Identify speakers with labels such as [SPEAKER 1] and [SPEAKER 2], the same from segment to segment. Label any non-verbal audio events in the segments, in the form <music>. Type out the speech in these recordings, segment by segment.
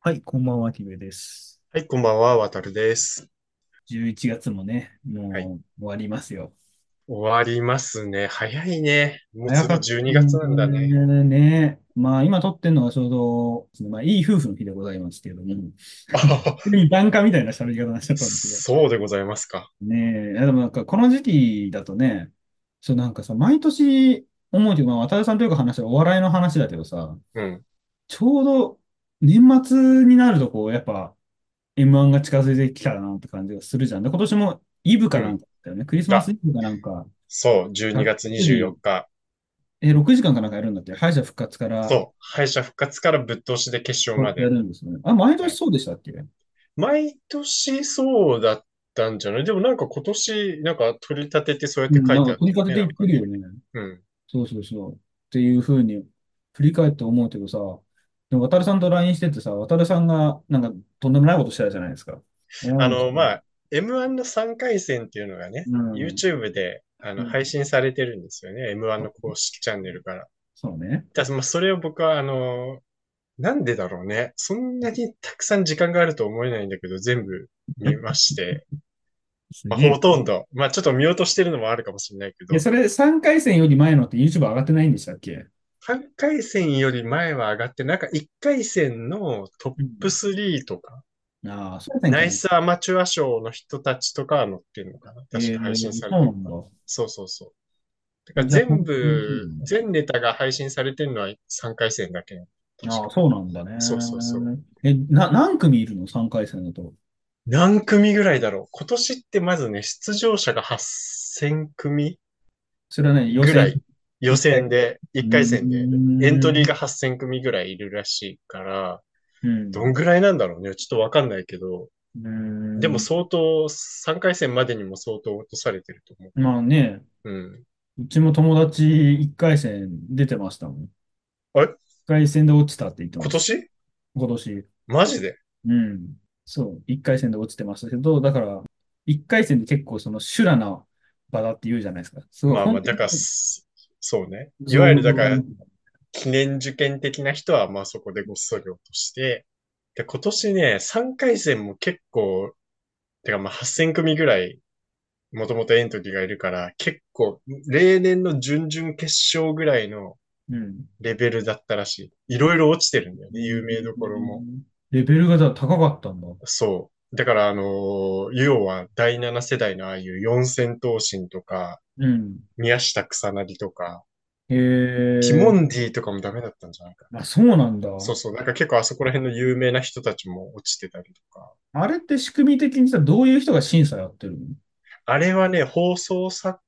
[SPEAKER 1] はい、こんばんは、キベです。
[SPEAKER 2] はい、こんばんは、わたるです。
[SPEAKER 1] 11月もね、
[SPEAKER 2] はい、
[SPEAKER 1] もう終わりますよ。
[SPEAKER 2] 終わりますね。早いね。もう
[SPEAKER 1] 早
[SPEAKER 2] す
[SPEAKER 1] か
[SPEAKER 2] ぐ
[SPEAKER 1] っ
[SPEAKER 2] 12
[SPEAKER 1] た
[SPEAKER 2] 月なん
[SPEAKER 1] <laughs>
[SPEAKER 2] だね。
[SPEAKER 1] ね。まあ、今撮ってるのがちょうど、そのまあ、いい夫婦の日でございますけれども、
[SPEAKER 2] あはは
[SPEAKER 1] 急に檀家みたいな喋り方になっちゃったんですけど。
[SPEAKER 2] そうでございますか。
[SPEAKER 1] ねえ、でもなんか、この時期だとね、そうなんかさ、毎年思うけど、まあ、渡辺さんとよく話はお笑いの話だけどさ、
[SPEAKER 2] うん。
[SPEAKER 1] ちょうど年末になると、こう、やっぱ、M1 が近づいてきたなって感じがするじゃん。で、今年もイブか
[SPEAKER 2] う
[SPEAKER 1] なん
[SPEAKER 2] ん。
[SPEAKER 1] かだったよね。クリスマス
[SPEAKER 2] あ、
[SPEAKER 1] イブかなんか、
[SPEAKER 2] そう、12
[SPEAKER 1] がっ
[SPEAKER 2] 月
[SPEAKER 1] つ
[SPEAKER 2] 24
[SPEAKER 1] り、
[SPEAKER 2] 日。
[SPEAKER 1] え、6時間かなんかやるんだって、敗者復活から
[SPEAKER 2] そう、敗者復活からぶっ通しで決勝ま
[SPEAKER 1] や
[SPEAKER 2] で。
[SPEAKER 1] るんですね。あ、毎
[SPEAKER 2] は
[SPEAKER 1] 年
[SPEAKER 2] い。
[SPEAKER 1] そうでしたっけ
[SPEAKER 2] 毎年そうだったんじゃないでもなんか今年、なんか取り立ててそうやっ
[SPEAKER 1] う
[SPEAKER 2] て
[SPEAKER 1] ん、
[SPEAKER 2] 書い
[SPEAKER 1] なん
[SPEAKER 2] て
[SPEAKER 1] か
[SPEAKER 2] あっ
[SPEAKER 1] 取
[SPEAKER 2] た
[SPEAKER 1] り
[SPEAKER 2] よ
[SPEAKER 1] 立
[SPEAKER 2] ね、
[SPEAKER 1] て
[SPEAKER 2] な
[SPEAKER 1] てきてる
[SPEAKER 2] んかね。
[SPEAKER 1] よね。
[SPEAKER 2] うん。
[SPEAKER 1] そうそうそう。っていうふうに振り返って思うけどさ、でも渡るさんと LINE しててさ、渡るさんがなんかとんでもないことしてたじゃないですか。えら
[SPEAKER 2] あ
[SPEAKER 1] いです
[SPEAKER 2] の、
[SPEAKER 1] ね。
[SPEAKER 2] まあ、M1 の3回戦っていうのがね、
[SPEAKER 1] うん。
[SPEAKER 2] YouTube であ
[SPEAKER 1] う
[SPEAKER 2] の配
[SPEAKER 1] ん。
[SPEAKER 2] 信されてるんですよね。M1 の公式チャンネルから。
[SPEAKER 1] そうね。
[SPEAKER 2] ただ、まあ、それを僕は、あの、なんでだろうね。そんなにたくさん時間があると思えないんだけど、全部見まして、
[SPEAKER 1] す
[SPEAKER 2] まあ、
[SPEAKER 1] げえ。
[SPEAKER 2] ほとんど、まあ、ちょっと見落としてるのもあるかもしれないけ
[SPEAKER 1] え、
[SPEAKER 2] ど、
[SPEAKER 1] それ3回戦より前のって YouTube 上がってないんでしたっけ
[SPEAKER 2] 3回戦より前は上がって、なんか1回戦のトッ
[SPEAKER 1] う
[SPEAKER 2] プ
[SPEAKER 1] ん。
[SPEAKER 2] 3とか、
[SPEAKER 1] ああ、そうやったん
[SPEAKER 2] ナ
[SPEAKER 1] か
[SPEAKER 2] イ
[SPEAKER 1] な。
[SPEAKER 2] スアマチュア賞の人たちとかは載ってるのかな。
[SPEAKER 1] え
[SPEAKER 2] 確か配信
[SPEAKER 1] ー、そ
[SPEAKER 2] され
[SPEAKER 1] う
[SPEAKER 2] て
[SPEAKER 1] な
[SPEAKER 2] る
[SPEAKER 1] ん
[SPEAKER 2] の。
[SPEAKER 1] だ。
[SPEAKER 2] そうそうそう。だから
[SPEAKER 1] じゃあ、本
[SPEAKER 2] 全
[SPEAKER 1] 当にそう
[SPEAKER 2] 部、
[SPEAKER 1] なんだ。
[SPEAKER 2] 全ネタが配信されてるのは3回戦だけなの。確
[SPEAKER 1] ああ、
[SPEAKER 2] か。
[SPEAKER 1] そうなんだ
[SPEAKER 2] そうそうそう。
[SPEAKER 1] ね。え、な、何組いるの ?3 回戦だと。
[SPEAKER 2] 何組ぐらいだろう。今年ってまずね、出場者が8000組
[SPEAKER 1] それはね、予
[SPEAKER 2] ぐら
[SPEAKER 1] 選
[SPEAKER 2] い。予
[SPEAKER 1] 1回。
[SPEAKER 2] 選で、
[SPEAKER 1] うー
[SPEAKER 2] 1回戦で、エントリー
[SPEAKER 1] ん。
[SPEAKER 2] が8000組ぐらいいるらしいから、
[SPEAKER 1] う
[SPEAKER 2] ど
[SPEAKER 1] ん。
[SPEAKER 2] んぐらいなんだろうね。ちょっとわかんないけど、
[SPEAKER 1] うー
[SPEAKER 2] でも
[SPEAKER 1] ん。
[SPEAKER 2] 相当、3回戦までにも相当落とされてると思
[SPEAKER 1] まあね、
[SPEAKER 2] う。うん。
[SPEAKER 1] うちも友達1回戦出てましたもん。
[SPEAKER 2] あれ
[SPEAKER 1] 1回戦で落ちたって言ってま
[SPEAKER 2] 今
[SPEAKER 1] した。
[SPEAKER 2] 年
[SPEAKER 1] 今年。
[SPEAKER 2] マジで
[SPEAKER 1] うん。そう、1回戦で落ちてましたけど、だから、1回戦で結構その修羅な場だって言うじゃないですか。すごい、
[SPEAKER 2] まあま
[SPEAKER 1] 本
[SPEAKER 2] あ、
[SPEAKER 1] 当
[SPEAKER 2] だから、
[SPEAKER 1] に
[SPEAKER 2] すそうね。いわ
[SPEAKER 1] 想
[SPEAKER 2] ゆる、だ
[SPEAKER 1] 像
[SPEAKER 2] か
[SPEAKER 1] が
[SPEAKER 2] ら、
[SPEAKER 1] できない。
[SPEAKER 2] 記念受験的な人は、まあそこでごっそり落として、で、今年ね、3回戦も結構、てかまあ8000組ぐらい、もともとエントリーがいるから、結構、例年の準々決勝ぐらいの
[SPEAKER 1] うん。
[SPEAKER 2] レベルだったらしい。いろいろ落ちてるんだよ
[SPEAKER 1] え
[SPEAKER 2] ね、有名どころも。
[SPEAKER 1] ーレベルがじゃあ高かったんだ。
[SPEAKER 2] そう。だから、あのー要は第7世代のああいう四千頭身とか、
[SPEAKER 1] うん。
[SPEAKER 2] 宮下草薙とか、ティ
[SPEAKER 1] へ
[SPEAKER 2] モ
[SPEAKER 1] え。
[SPEAKER 2] ンディとかもダメだったんじゃないかな。
[SPEAKER 1] あ、そうなんだ。
[SPEAKER 2] そうそう。なんか結構あそこら辺の有名な人たちも落ちてたりとか。
[SPEAKER 1] あれって仕組み的にさ、どういう人が審査やってるの
[SPEAKER 2] あれはね、放送作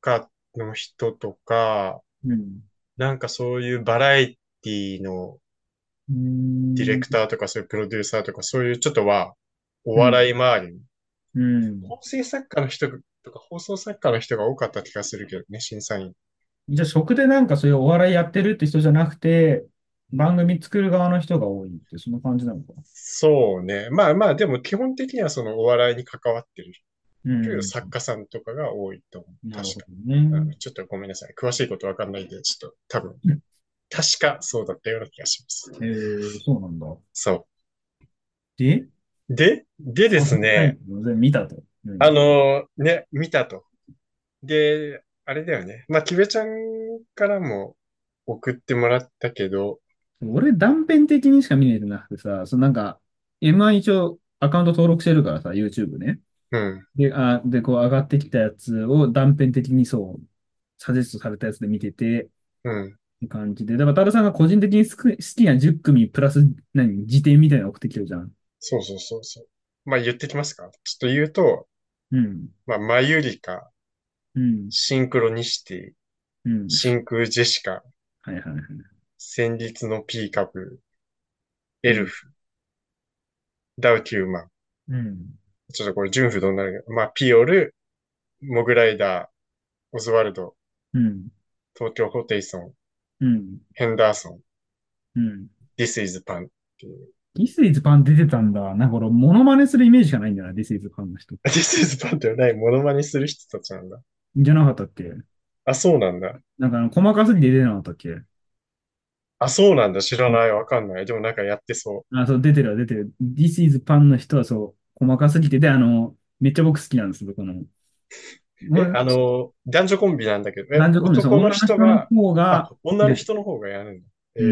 [SPEAKER 2] 家の人とか、
[SPEAKER 1] うん。
[SPEAKER 2] なんかそういうバラエティの
[SPEAKER 1] うー
[SPEAKER 2] ディレ
[SPEAKER 1] ん。
[SPEAKER 2] クターとかそういうプロデューサーとかそういうちょっとは、お
[SPEAKER 1] うん。
[SPEAKER 2] 笑い周り、
[SPEAKER 1] うん。
[SPEAKER 2] 構成作家の人とか放送作家の人が多かった気がするけどね、審査員。
[SPEAKER 1] じゃあ、職でなんかそういうお笑いやってるって人じゃなくて、番組作る側の人が多いって、そんな感じなのか。
[SPEAKER 2] そうね。まあまあ、でも基本的にはそのお笑いに関わって
[SPEAKER 1] う
[SPEAKER 2] る
[SPEAKER 1] ん。
[SPEAKER 2] 作家さんとかが多いと思う。
[SPEAKER 1] なる
[SPEAKER 2] 確
[SPEAKER 1] ほ
[SPEAKER 2] か。
[SPEAKER 1] どね。
[SPEAKER 2] うん、ちょっとごめんなさい。詳しいことわかんないんで、ちょっと多分、確かそうだったような気がします。
[SPEAKER 1] えー、そうなんだ。
[SPEAKER 2] そ
[SPEAKER 1] で、
[SPEAKER 2] う。で、でで
[SPEAKER 1] 3
[SPEAKER 2] す
[SPEAKER 1] 回
[SPEAKER 2] ね、
[SPEAKER 1] 戦全部見たと。う
[SPEAKER 2] あ
[SPEAKER 1] ん。
[SPEAKER 2] のね、見たと。で、あれだよね。まあ、キベちゃんからも送ってもらったけど、
[SPEAKER 1] 俺、断片的にしか見れてなくてさ、そのなんか、M1 一応アカウント登録してるからさ、YouTube ね。
[SPEAKER 2] うん。
[SPEAKER 1] で、あ、で、こう上がってきたやつを断片的にそう、サジェストされたやつで見てて、っ
[SPEAKER 2] うん。
[SPEAKER 1] て感じで。だから、多田さんが個人的に好き、好きな10組プラス、何、辞典みたいなの送ってきてるじゃん。
[SPEAKER 2] そうそうそうそう。まあ言ってきますか。ちょっと言うと、
[SPEAKER 1] うん、
[SPEAKER 2] まあ、マユリカ、
[SPEAKER 1] うん、
[SPEAKER 2] シンクロニシティ、
[SPEAKER 1] うん。
[SPEAKER 2] 真空ジェシ
[SPEAKER 1] は
[SPEAKER 2] カ、
[SPEAKER 1] いはいはい。
[SPEAKER 2] 旋律のピーカブ、
[SPEAKER 1] う
[SPEAKER 2] エル
[SPEAKER 1] ん、
[SPEAKER 2] フ、ダウティウマン。
[SPEAKER 1] うん、
[SPEAKER 2] ちょっとこれ順不同になるけど、まあ、ピオル、モグライダー、オズワルド、
[SPEAKER 1] うん、
[SPEAKER 2] 東京ホテイソン、
[SPEAKER 1] うん、
[SPEAKER 2] ヘンダーソン、
[SPEAKER 1] うん。
[SPEAKER 2] This is Pan <laughs> っていう。
[SPEAKER 1] This is Pan 出てたんだ。なんか俺、モノマネするイメージがないんだな、This is Pan の人。
[SPEAKER 2] This is Pan ではない、モノマネする人たちなんだ。
[SPEAKER 1] じゃなかったっけ
[SPEAKER 2] あ、そうなんだ。
[SPEAKER 1] なんかあの、細かすぎて出てなかったっけ
[SPEAKER 2] あ、そうなんだ。知らない。わかんない。でもなんかやってそ
[SPEAKER 1] あ、そう、出てるわ、出てる。This is Pan の人はそう、細かすぎて、で、あの、めっちゃ僕好きなんですよ、この。
[SPEAKER 2] う。え、
[SPEAKER 1] 俺
[SPEAKER 2] あの、男女コンビなんだけど、え、
[SPEAKER 1] 男女コンビ、そう、
[SPEAKER 2] 男の
[SPEAKER 1] 女の
[SPEAKER 2] 人
[SPEAKER 1] 人の
[SPEAKER 2] が、
[SPEAKER 1] 方が、
[SPEAKER 2] あ、女の
[SPEAKER 1] で、
[SPEAKER 2] 人の方がやるんだ。え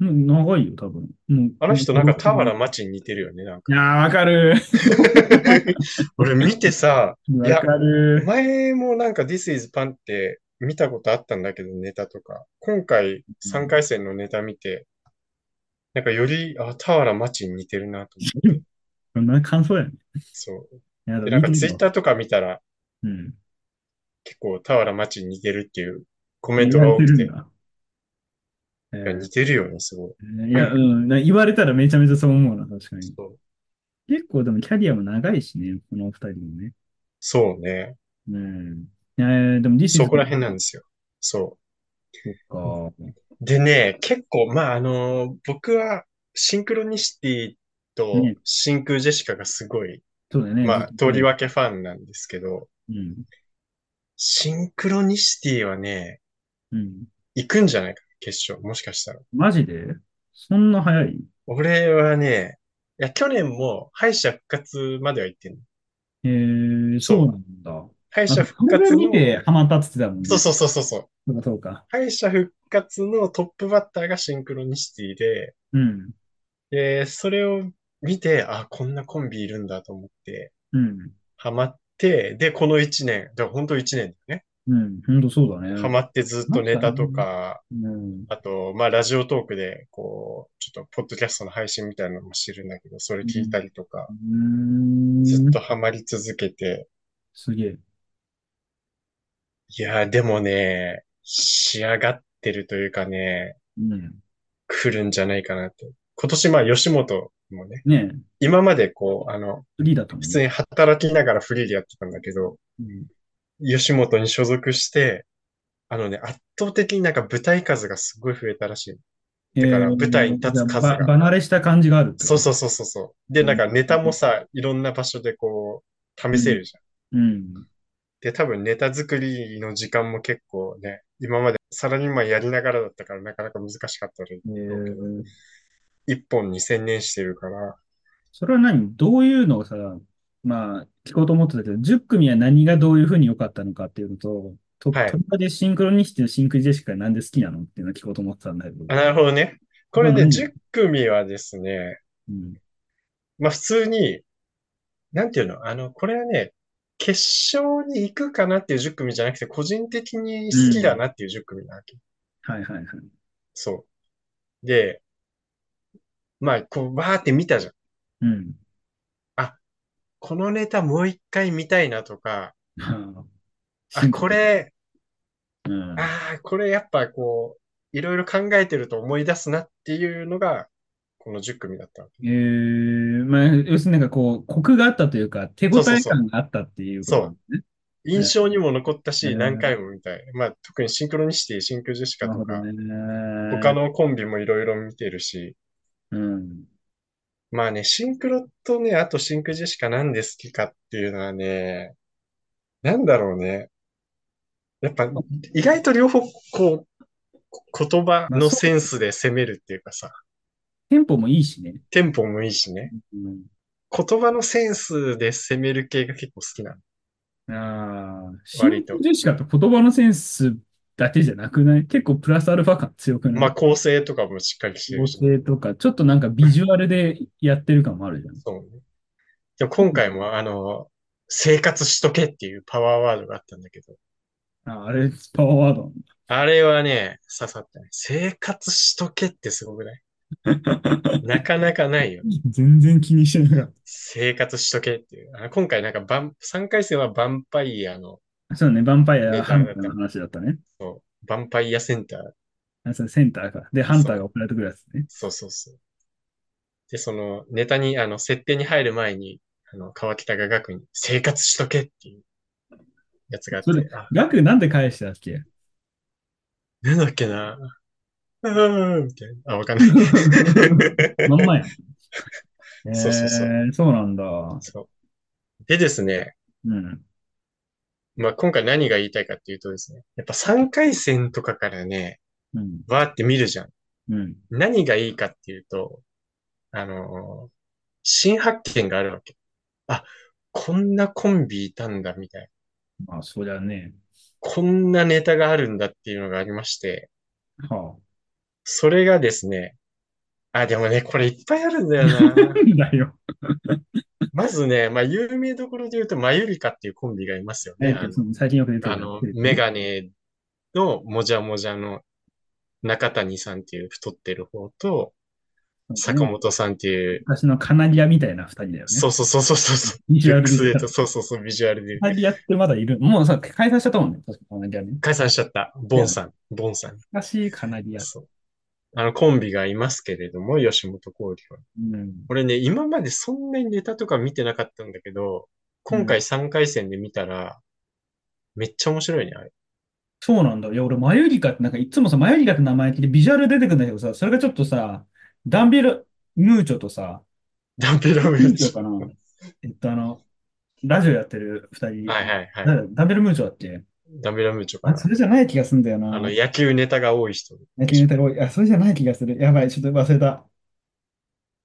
[SPEAKER 1] うん。も
[SPEAKER 2] ー、
[SPEAKER 1] う長いよ、多分。も
[SPEAKER 2] あ
[SPEAKER 1] う、
[SPEAKER 2] の
[SPEAKER 1] もう
[SPEAKER 2] 人なんか
[SPEAKER 1] 5、
[SPEAKER 2] 田
[SPEAKER 1] 6
[SPEAKER 2] 原
[SPEAKER 1] 年。
[SPEAKER 2] 町に似てるよね、なん
[SPEAKER 1] い <laughs>
[SPEAKER 2] か。
[SPEAKER 1] やー、わかる。
[SPEAKER 2] 俺見てさ、い
[SPEAKER 1] わ
[SPEAKER 2] や、
[SPEAKER 1] か <laughs> る。
[SPEAKER 2] 前もなんか This is Pan って見たことあったんだけど、ネタとか。今回
[SPEAKER 1] う
[SPEAKER 2] 3
[SPEAKER 1] ん
[SPEAKER 2] 回戦のネタ見て、なんかより、あ、田原町に似てるなと思って。
[SPEAKER 1] そんな感想やね。
[SPEAKER 2] そう。
[SPEAKER 1] いや、
[SPEAKER 2] で、なん
[SPEAKER 1] 見
[SPEAKER 2] か
[SPEAKER 1] てみ
[SPEAKER 2] ツイ
[SPEAKER 1] る
[SPEAKER 2] ッ
[SPEAKER 1] わ。
[SPEAKER 2] ターとか見たら、
[SPEAKER 1] うん。
[SPEAKER 2] 結構田原町に似てるっていうコメン
[SPEAKER 1] 言わ
[SPEAKER 2] ト
[SPEAKER 1] れ
[SPEAKER 2] が
[SPEAKER 1] てる
[SPEAKER 2] 多く
[SPEAKER 1] ん
[SPEAKER 2] て、
[SPEAKER 1] だ。え
[SPEAKER 2] いや
[SPEAKER 1] ー
[SPEAKER 2] 似てるよね、すごい。
[SPEAKER 1] いや、うん。な言われたらめちゃめちゃそう思うな、確かに。
[SPEAKER 2] そう。
[SPEAKER 1] 結構でもキャリアも長いしね、このお二人もね。
[SPEAKER 2] そうね。
[SPEAKER 1] うん。えー、でも This
[SPEAKER 2] そ
[SPEAKER 1] is
[SPEAKER 2] こら
[SPEAKER 1] Pan
[SPEAKER 2] 辺なんですよ。そ
[SPEAKER 1] そっか。
[SPEAKER 2] う。でね、結構、まあ、あの、僕はシンクロニシティと
[SPEAKER 1] ね、
[SPEAKER 2] 真空ジェシカがすごい、
[SPEAKER 1] そうだよね、ず
[SPEAKER 2] ま
[SPEAKER 1] っ
[SPEAKER 2] あ、
[SPEAKER 1] と
[SPEAKER 2] とり
[SPEAKER 1] ね。
[SPEAKER 2] わけファンなんですけど、
[SPEAKER 1] うん。
[SPEAKER 2] シンクロニシティはね、
[SPEAKER 1] うん。
[SPEAKER 2] 行くんじゃないか、決勝。もしかしたら。
[SPEAKER 1] マジでそんな早い
[SPEAKER 2] 俺はね、いや、去年も敗者復活までは行ってんの。
[SPEAKER 1] えー、そう
[SPEAKER 2] そう。
[SPEAKER 1] なんだ。
[SPEAKER 2] 敗
[SPEAKER 1] なんか、
[SPEAKER 2] 者復
[SPEAKER 1] それ
[SPEAKER 2] 活
[SPEAKER 1] 見
[SPEAKER 2] の、
[SPEAKER 1] てハマったって言ってたもん
[SPEAKER 2] そう
[SPEAKER 1] ね。
[SPEAKER 2] そうそうそうそう。
[SPEAKER 1] そうか、そうか。
[SPEAKER 2] 敗者復活のトップバッターがシンクロニシティで、
[SPEAKER 1] うん。
[SPEAKER 2] で、それを見て、あ、こんなコンビいるんだと思って、
[SPEAKER 1] うん。
[SPEAKER 2] ハマって、で、この一年、だから本当一年だよね。
[SPEAKER 1] うん。ほんとそうだ
[SPEAKER 2] ハ
[SPEAKER 1] ね。
[SPEAKER 2] マってずっ
[SPEAKER 1] な
[SPEAKER 2] と
[SPEAKER 1] ん
[SPEAKER 2] ネ
[SPEAKER 1] か
[SPEAKER 2] タと
[SPEAKER 1] ね。
[SPEAKER 2] か、
[SPEAKER 1] うん。
[SPEAKER 2] あと、まあ、ラジオトークで、こう、ちょっと、ポッドキャストの配信みたいなのもしてるんだけど、それ
[SPEAKER 1] う
[SPEAKER 2] 聞い
[SPEAKER 1] ん。
[SPEAKER 2] たりとか、ず
[SPEAKER 1] う
[SPEAKER 2] っ
[SPEAKER 1] ー
[SPEAKER 2] と
[SPEAKER 1] ん
[SPEAKER 2] ハマり続けて、
[SPEAKER 1] すげえ。
[SPEAKER 2] いやー、でもね、仕上がってるというかね、
[SPEAKER 1] うん。
[SPEAKER 2] 来るんじゃないかなと。今年、まあ、吉本もね、
[SPEAKER 1] ねえ、
[SPEAKER 2] 今までこう、あの、
[SPEAKER 1] フリーだったも
[SPEAKER 2] 普
[SPEAKER 1] ん
[SPEAKER 2] 通
[SPEAKER 1] ね。
[SPEAKER 2] に働きながらフリーでやってたんだけど、
[SPEAKER 1] うん。
[SPEAKER 2] 吉本に所属して、あのね、圧倒的になんか舞台数がすごい増えたらしい。
[SPEAKER 1] え
[SPEAKER 2] だから
[SPEAKER 1] ー、
[SPEAKER 2] 舞台に
[SPEAKER 1] じ
[SPEAKER 2] 立
[SPEAKER 1] ゃ
[SPEAKER 2] つ
[SPEAKER 1] あ、
[SPEAKER 2] 数
[SPEAKER 1] ば、
[SPEAKER 2] が。
[SPEAKER 1] 離れした感じがあるってこ
[SPEAKER 2] そう
[SPEAKER 1] と。
[SPEAKER 2] そうそうそうそう。で、
[SPEAKER 1] う
[SPEAKER 2] なん
[SPEAKER 1] ん。
[SPEAKER 2] かネタもさ、いろんな場所でこう、試
[SPEAKER 1] う
[SPEAKER 2] せ
[SPEAKER 1] ん。
[SPEAKER 2] るじゃん。
[SPEAKER 1] うん。
[SPEAKER 2] で、多分ネタ作りの時間も結構ね、今までサラリーマンやりながらだったからなかなか難しかっただ
[SPEAKER 1] え
[SPEAKER 2] ろうけど、
[SPEAKER 1] ー、
[SPEAKER 2] 一本に専念してるから、
[SPEAKER 1] それは何どういうのをさ、まあ、聞こうと思ってたけど、10組は何がどういうふうに良かったのかっていうのと、と、
[SPEAKER 2] は
[SPEAKER 1] と
[SPEAKER 2] い。
[SPEAKER 1] りわけシンクロニシティのシンクジェシカがなんで好きなのっていうのを聞こうと思ってたんだけど、
[SPEAKER 2] あ、なるほどね。こ
[SPEAKER 1] それ
[SPEAKER 2] れ
[SPEAKER 1] は何
[SPEAKER 2] ね、
[SPEAKER 1] なの
[SPEAKER 2] 10組はですね、
[SPEAKER 1] うん。
[SPEAKER 2] まあ普通に、なんていうのあの、これはね、決勝に行くかなっていう10組じゃなくて、個人的に
[SPEAKER 1] う
[SPEAKER 2] 好きだ
[SPEAKER 1] ん。
[SPEAKER 2] なっていう10組なわけ。
[SPEAKER 1] はいはいはい。
[SPEAKER 2] そう。で、まあ、こう、わーって見たじゃ
[SPEAKER 1] う
[SPEAKER 2] ん。
[SPEAKER 1] ん。
[SPEAKER 2] あ、このネタもう一回見たいなとか、
[SPEAKER 1] はあ、
[SPEAKER 2] あ、
[SPEAKER 1] シンプ
[SPEAKER 2] こ
[SPEAKER 1] ル。
[SPEAKER 2] れ、
[SPEAKER 1] うん。
[SPEAKER 2] ああ、これやっぱこう、いろいろ考えてると思い出すなっていうのが、この10組だったわけ。
[SPEAKER 1] えー、まあ、要するになんかこう、コクがあったというか、手応
[SPEAKER 2] そうそう
[SPEAKER 1] え
[SPEAKER 2] そう。
[SPEAKER 1] 感があったっていうことなん
[SPEAKER 2] そ
[SPEAKER 1] ですね。
[SPEAKER 2] う。印象にも残った
[SPEAKER 1] え
[SPEAKER 2] し、何
[SPEAKER 1] ー
[SPEAKER 2] 回も見たい。まあ、特にシンクロニシティ、シンクジェシカ
[SPEAKER 1] なる
[SPEAKER 2] と
[SPEAKER 1] ほど
[SPEAKER 2] か、他
[SPEAKER 1] ね。
[SPEAKER 2] のコンビもいろいろ見てるし、
[SPEAKER 1] うん。
[SPEAKER 2] まあね、シンクロとね、あとシンクジェシカなんで好きかっていうのはね、なんだろうね。やっぱ、意外と両方、こう、こ言葉
[SPEAKER 1] まあ、
[SPEAKER 2] の
[SPEAKER 1] そ
[SPEAKER 2] セン
[SPEAKER 1] う、
[SPEAKER 2] スで攻めるっていうかさ、
[SPEAKER 1] テンポもいいしね。
[SPEAKER 2] テンポもいいしね。
[SPEAKER 1] うん。
[SPEAKER 2] 言葉のセンスで攻める系が結構好きなの。
[SPEAKER 1] ああ、シン
[SPEAKER 2] 割
[SPEAKER 1] ク
[SPEAKER 2] と。
[SPEAKER 1] ジェシカって言葉のセンスだけじゃなくない結構プラスアルファ感強くな
[SPEAKER 2] まあ、
[SPEAKER 1] い
[SPEAKER 2] 構成とかもしっかりしてる
[SPEAKER 1] 構
[SPEAKER 2] しね。
[SPEAKER 1] 成とか、ちょっとなんかビジュアルでやってる感もあるじゃん。
[SPEAKER 2] そうね。でも
[SPEAKER 1] そう
[SPEAKER 2] 今回も、あの、生活しとけっていうパワーワードがあったんだけど、
[SPEAKER 1] あ、あれ、パワーワード
[SPEAKER 2] あれはね、刺さったね。生活しとけってすごく
[SPEAKER 1] <laughs>
[SPEAKER 2] ない
[SPEAKER 1] なんだ。
[SPEAKER 2] なかなかないよ。
[SPEAKER 1] 全然気にしてなかっ
[SPEAKER 2] 生活しとけっていう。あの今回なんかバン、3回戦はヴァンパイアの
[SPEAKER 1] た。そうね、ヴァンパイ
[SPEAKER 2] ネ
[SPEAKER 1] ア、
[SPEAKER 2] タ
[SPEAKER 1] ハン
[SPEAKER 2] だっ
[SPEAKER 1] ター
[SPEAKER 2] た
[SPEAKER 1] の
[SPEAKER 2] の。
[SPEAKER 1] 話だったね。
[SPEAKER 2] そう。ヴァンパイアセンター。
[SPEAKER 1] あ、そう、センターか。で、ハン
[SPEAKER 2] そ
[SPEAKER 1] ターが
[SPEAKER 2] う。
[SPEAKER 1] 送られてくるやつね。
[SPEAKER 2] そうそうそう。で、その、ネタに、あの、設定に入る前に、あの、川北がガクに、生活しとけっていうやつがあっ
[SPEAKER 1] それ、
[SPEAKER 2] て、あ、
[SPEAKER 1] ガクなんで返したっけ
[SPEAKER 2] なんだっけな、うーん、みたいな。あ、わかんない。
[SPEAKER 1] <laughs> まんまやん。え
[SPEAKER 2] <laughs> そうそうそう。
[SPEAKER 1] ー、そうなんだ。
[SPEAKER 2] そう。でですね、
[SPEAKER 1] うん。
[SPEAKER 2] まあ、今回何が言いたいかっていうとですね、やっぱ3回戦とかからね、
[SPEAKER 1] うん。
[SPEAKER 2] わーって見るじゃん。
[SPEAKER 1] うん。
[SPEAKER 2] 何がいいかっていうと、あのー新発見があるわけ。あ、こんなコンビいたんだ、みたいな。
[SPEAKER 1] まあ、そりゃね。
[SPEAKER 2] こんなネタがあるんだっていうのがありまして、
[SPEAKER 1] はあ。
[SPEAKER 2] それがですね、あ、でもね、これいっぱいあるんだよ <laughs>
[SPEAKER 1] だ
[SPEAKER 2] な。
[SPEAKER 1] よ。
[SPEAKER 2] まずね、まあ、有名どころで言うと、マユリカっていうコンビがいますよね。
[SPEAKER 1] えっ
[SPEAKER 2] あ
[SPEAKER 1] と、
[SPEAKER 2] の、
[SPEAKER 1] その最近よく出て
[SPEAKER 2] あ
[SPEAKER 1] る
[SPEAKER 2] の
[SPEAKER 1] テレビ
[SPEAKER 2] メ
[SPEAKER 1] ね。
[SPEAKER 2] ガネのもじゃもじゃの中谷さんっていう太ってる方と、
[SPEAKER 1] なんか
[SPEAKER 2] 坂
[SPEAKER 1] ね、
[SPEAKER 2] 本さんっていう、
[SPEAKER 1] 昔のカナリアみたいな二人だよね。
[SPEAKER 2] そうそうそうそうそうそう、
[SPEAKER 1] ビジ
[SPEAKER 2] ル
[SPEAKER 1] ュア
[SPEAKER 2] ック
[SPEAKER 1] ルで
[SPEAKER 2] ス
[SPEAKER 1] 言っ
[SPEAKER 2] で
[SPEAKER 1] た
[SPEAKER 2] と、
[SPEAKER 1] ら。
[SPEAKER 2] そうそうそう、ビジュアルで。
[SPEAKER 1] カナリアってまだいる。もうさ、解散しちゃったもんね。確かカナリアね。
[SPEAKER 2] 解散しちゃった。ボ
[SPEAKER 1] だよ
[SPEAKER 2] ン
[SPEAKER 1] ね。
[SPEAKER 2] さん、ボンさん。
[SPEAKER 1] 懐かしいカナリア。
[SPEAKER 2] そう。あのコンビがいますけれども、吉本興業は。
[SPEAKER 1] うん。
[SPEAKER 2] 俺ね、今までそんなにネタとか見てなかったんだけど、
[SPEAKER 1] う
[SPEAKER 2] 今
[SPEAKER 1] ん。
[SPEAKER 2] 回3回戦で見たら、めっちゃ面白いね、あれ。
[SPEAKER 1] そうなんだ。いや、俺、マユリカって、なんか、いつもさ、マユリカって名前聞いてビジュアル出てくるんだけどさ、それがちょっとさ、ダンビラムーチョと
[SPEAKER 2] <laughs>
[SPEAKER 1] さ、
[SPEAKER 2] ダンペラム
[SPEAKER 1] ム
[SPEAKER 2] ー
[SPEAKER 1] ーチョ <laughs>
[SPEAKER 2] チ
[SPEAKER 1] か
[SPEAKER 2] ョ。
[SPEAKER 1] なえっと、あの、ラジオやってる二
[SPEAKER 2] はい
[SPEAKER 1] 人、
[SPEAKER 2] はいは
[SPEAKER 1] 誰
[SPEAKER 2] い。
[SPEAKER 1] だダンベルムーチョだっけ
[SPEAKER 2] ダンペラムーチョか
[SPEAKER 1] あ、そ
[SPEAKER 2] な。
[SPEAKER 1] れじゃない気がすんだよ
[SPEAKER 2] あの、
[SPEAKER 1] な。
[SPEAKER 2] 野球ネタが多い人
[SPEAKER 1] 野
[SPEAKER 2] で
[SPEAKER 1] 球ネ
[SPEAKER 2] しょ。
[SPEAKER 1] タが多い。あ、それじゃない気がする。やばい、ちょっと忘れた。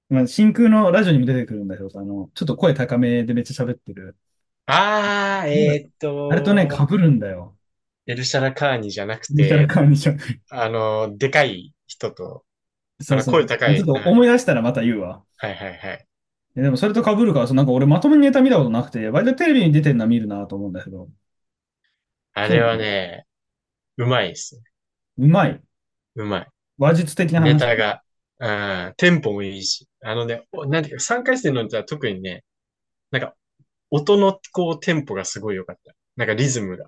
[SPEAKER 1] まあ、真空のラジオにも出てくるんだけどさ、あの、ちょっと声高めでめっちゃ喋ってる。
[SPEAKER 2] あ
[SPEAKER 1] なんだ
[SPEAKER 2] ー、えーっ
[SPEAKER 1] あれとね、
[SPEAKER 2] と、
[SPEAKER 1] 被るんだよ。
[SPEAKER 2] エルシャラカーニじゃなく
[SPEAKER 1] 見たら
[SPEAKER 2] て、
[SPEAKER 1] 顔にしよう。
[SPEAKER 2] あの、でかい人と、あ
[SPEAKER 1] そう
[SPEAKER 2] の、
[SPEAKER 1] そうそ
[SPEAKER 2] 声
[SPEAKER 1] う。
[SPEAKER 2] 高
[SPEAKER 1] あちょっ
[SPEAKER 2] い、
[SPEAKER 1] と
[SPEAKER 2] は
[SPEAKER 1] 思
[SPEAKER 2] い、
[SPEAKER 1] い出したらまた言うわ。
[SPEAKER 2] はいはいはい。
[SPEAKER 1] えでもそれと被るからさ、なんか俺まともにネタ見たことなくて、割とテレビに出てんのは見るなと思うんだけど、
[SPEAKER 2] あ
[SPEAKER 1] そう
[SPEAKER 2] れ
[SPEAKER 1] な
[SPEAKER 2] は
[SPEAKER 1] の。
[SPEAKER 2] ね、うまいですね。
[SPEAKER 1] うまい。
[SPEAKER 2] うまい。
[SPEAKER 1] 話術的な
[SPEAKER 2] ネ
[SPEAKER 1] 話。
[SPEAKER 2] タが、うん、テンポもいいし、あのね、おなんていうか、3回戦のネタは特にね、なんか、音のこう、テンポがすごい良かった。なんかリズムが。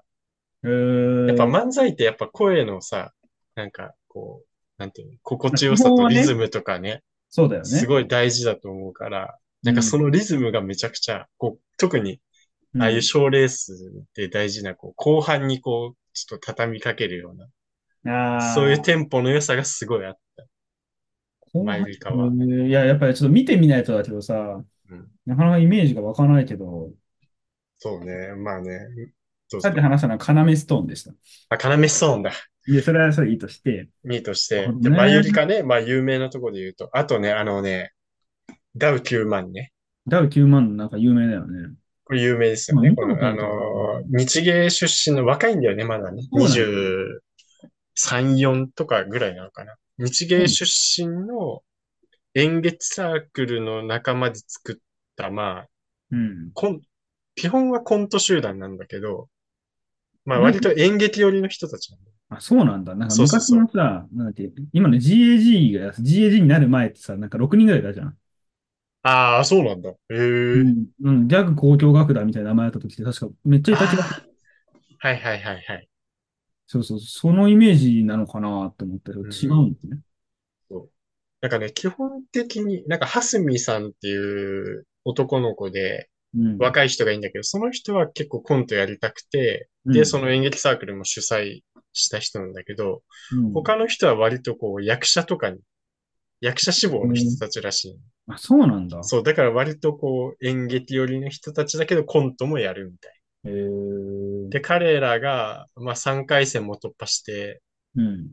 [SPEAKER 1] え
[SPEAKER 2] やっぱ
[SPEAKER 1] ー、
[SPEAKER 2] 漫才ってやっぱ声のさ、なんかこう、なんていうの、心地よ
[SPEAKER 1] 基
[SPEAKER 2] さ
[SPEAKER 1] 本
[SPEAKER 2] と
[SPEAKER 1] は
[SPEAKER 2] リズ
[SPEAKER 1] ね、
[SPEAKER 2] ムとかね、
[SPEAKER 1] そうだよ
[SPEAKER 2] す
[SPEAKER 1] ね。
[SPEAKER 2] ごい大事だと思うから、
[SPEAKER 1] う
[SPEAKER 2] なんかそ
[SPEAKER 1] ん、
[SPEAKER 2] のリズムがめちゃくちゃ、こう、特に、
[SPEAKER 1] う。
[SPEAKER 2] ああいうん賞ーレースで大事な、こう、後半にこう、ちょっと畳みかけるような、そうい
[SPEAKER 1] あ
[SPEAKER 2] うテンポの良さがすごいあった。
[SPEAKER 1] ー、後
[SPEAKER 2] マイ
[SPEAKER 1] 半、
[SPEAKER 2] リカ
[SPEAKER 1] う
[SPEAKER 2] は。
[SPEAKER 1] ーいや、やっぱりちょっと見てみないとだけどさ、
[SPEAKER 2] うん。
[SPEAKER 1] なかなかイメージが湧かないけど、
[SPEAKER 2] そうね。まあね。どう
[SPEAKER 1] さっき
[SPEAKER 2] ぞ。
[SPEAKER 1] 話したのは要ストーンでした。
[SPEAKER 2] あ、要ストーンだ。
[SPEAKER 1] いや、それはそれいいとして。
[SPEAKER 2] ミートし
[SPEAKER 1] なるほ
[SPEAKER 2] て。
[SPEAKER 1] ど
[SPEAKER 2] で、マユ
[SPEAKER 1] ね。
[SPEAKER 2] リカね。まあ、有名なところで言うと。あとね、あのね、ダウ9万ね。
[SPEAKER 1] ダウ9万なんか有名だよね。
[SPEAKER 2] これ有名ですよ
[SPEAKER 1] まあ
[SPEAKER 2] ね。
[SPEAKER 1] 見
[SPEAKER 2] こ
[SPEAKER 1] たこ
[SPEAKER 2] の、
[SPEAKER 1] とあ
[SPEAKER 2] あ
[SPEAKER 1] るけどな。
[SPEAKER 2] のー、日芸出身の若いんだよね、まだね。
[SPEAKER 1] そうなんだよ。
[SPEAKER 2] 23、4とかぐらいなのかな。日
[SPEAKER 1] う
[SPEAKER 2] 芸
[SPEAKER 1] ん。
[SPEAKER 2] 出身の演劇サークルの仲間で作った、まあ、
[SPEAKER 1] うん。
[SPEAKER 2] コン、基本はコント集団なんだけど、まあ
[SPEAKER 1] なん
[SPEAKER 2] 割
[SPEAKER 1] か
[SPEAKER 2] と演劇寄りの人たちなんだよ。
[SPEAKER 1] あ、そうなんだ。なんか
[SPEAKER 2] そうそう
[SPEAKER 1] 昔
[SPEAKER 2] そ
[SPEAKER 1] の
[SPEAKER 2] う。
[SPEAKER 1] さ、なんだっけ、今の GAG が、GAG になる前ってさ、なんか6人ぐらいいたじゃん。
[SPEAKER 2] ああ、そうなんだ。へ
[SPEAKER 1] う
[SPEAKER 2] え。
[SPEAKER 1] ん。うん、ギャグ交響楽団みたいな名前だった時って確かめっちゃいた気がする。
[SPEAKER 2] ああ、はいはいはいはい。
[SPEAKER 1] そうそう、そのイメージなのかなと思ったけど、
[SPEAKER 2] うん
[SPEAKER 1] 違
[SPEAKER 2] うん。
[SPEAKER 1] うんですね。
[SPEAKER 2] そう。なんかね、基本的に、なんか、ハスミさんっていう男の子で、
[SPEAKER 1] うん。
[SPEAKER 2] 若い人がいいんだけど、その人は結構コントやりたくて、
[SPEAKER 1] う
[SPEAKER 2] で、
[SPEAKER 1] ん。
[SPEAKER 2] その演劇サークルも主催した人なんだけど、
[SPEAKER 1] うん。
[SPEAKER 2] 他の人は割とこう、役者とかに、役者志望
[SPEAKER 1] う
[SPEAKER 2] の人
[SPEAKER 1] ん
[SPEAKER 2] たちらしい。
[SPEAKER 1] あ、そうなんだ。
[SPEAKER 2] そう、だから割とこう、演劇寄りの人たちだけど、コントもやるみたい。
[SPEAKER 1] へえ。
[SPEAKER 2] で、彼らが、まあ、3回戦も突破して、
[SPEAKER 1] うん。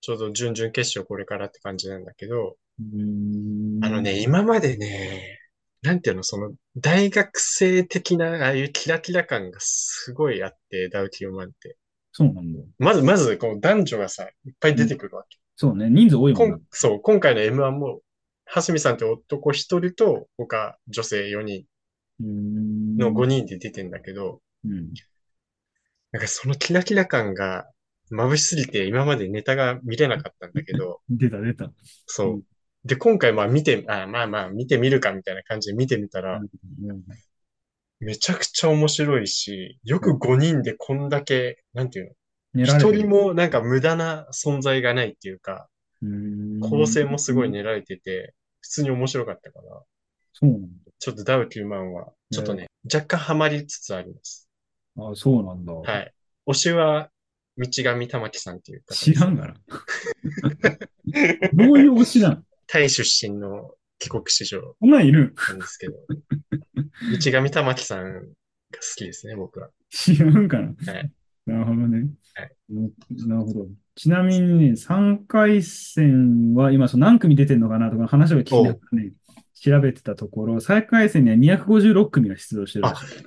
[SPEAKER 2] ちょうど準々決勝これからって感じなんだけど、
[SPEAKER 1] うー
[SPEAKER 2] あのね、
[SPEAKER 1] ん。
[SPEAKER 2] 今までね、なんていうの、その、大学生的な、ああいうキラキラ感がすごいあって、ダウキューマンって。
[SPEAKER 1] そうなんだ。
[SPEAKER 2] まず、まず、こう、男女がさ、いっぱいう出
[SPEAKER 1] ん。
[SPEAKER 2] てくるわけ。
[SPEAKER 1] そうね、人数多いも
[SPEAKER 2] こ
[SPEAKER 1] ん
[SPEAKER 2] ん、
[SPEAKER 1] な。
[SPEAKER 2] そう、今回の M1 も、蓮見さんって男一人と、他女性4
[SPEAKER 1] うー
[SPEAKER 2] 人の
[SPEAKER 1] ん。
[SPEAKER 2] 5人で出てんだけど、
[SPEAKER 1] うん。
[SPEAKER 2] なんかそのキラキラ感が眩しすぎて、今までネタが見れなかったんだけど、
[SPEAKER 1] 出た、出た。うん。
[SPEAKER 2] そう。で、今回、まあ見て、あ、まあまあ見てみるかみたいな感じで見てみた
[SPEAKER 1] う
[SPEAKER 2] ら、
[SPEAKER 1] ん。うん
[SPEAKER 2] めちゃくちゃ面白いし、よ
[SPEAKER 1] う
[SPEAKER 2] く
[SPEAKER 1] ん
[SPEAKER 2] 5人でこんだけ、なんていうの、
[SPEAKER 1] 練られ
[SPEAKER 2] 一
[SPEAKER 1] て
[SPEAKER 2] 人
[SPEAKER 1] る。
[SPEAKER 2] もなんか無駄な存在がないっていうか、
[SPEAKER 1] うー
[SPEAKER 2] 構成
[SPEAKER 1] ん。
[SPEAKER 2] もすごい練られてて、普通に面白かったから、
[SPEAKER 1] そうなんだ。
[SPEAKER 2] ちょっとダウ90000は、ちょっと
[SPEAKER 1] ね
[SPEAKER 2] ね、若干ハマりつつあります。
[SPEAKER 1] あ、そうなんだ。
[SPEAKER 2] はい。推しは、道上玉木さんっていう方
[SPEAKER 1] 知
[SPEAKER 2] で
[SPEAKER 1] ら
[SPEAKER 2] す
[SPEAKER 1] ん
[SPEAKER 2] ね。
[SPEAKER 1] がな。どういう推しなの
[SPEAKER 2] タイ出身の帰国子女
[SPEAKER 1] こんなんいる
[SPEAKER 2] なんで
[SPEAKER 1] <laughs>
[SPEAKER 2] すけど、道上玉木さんが好きですね、僕は。
[SPEAKER 1] 知らんかな
[SPEAKER 2] はい。
[SPEAKER 1] なるほどね。
[SPEAKER 2] はい。
[SPEAKER 1] うんなるほど。ちなみにね、3回戦は今、その何組出てるのかなとか話を聞きな
[SPEAKER 2] お
[SPEAKER 1] がらね、調べてたところ、3回戦には256組が出場してるら
[SPEAKER 2] あ、
[SPEAKER 1] しい。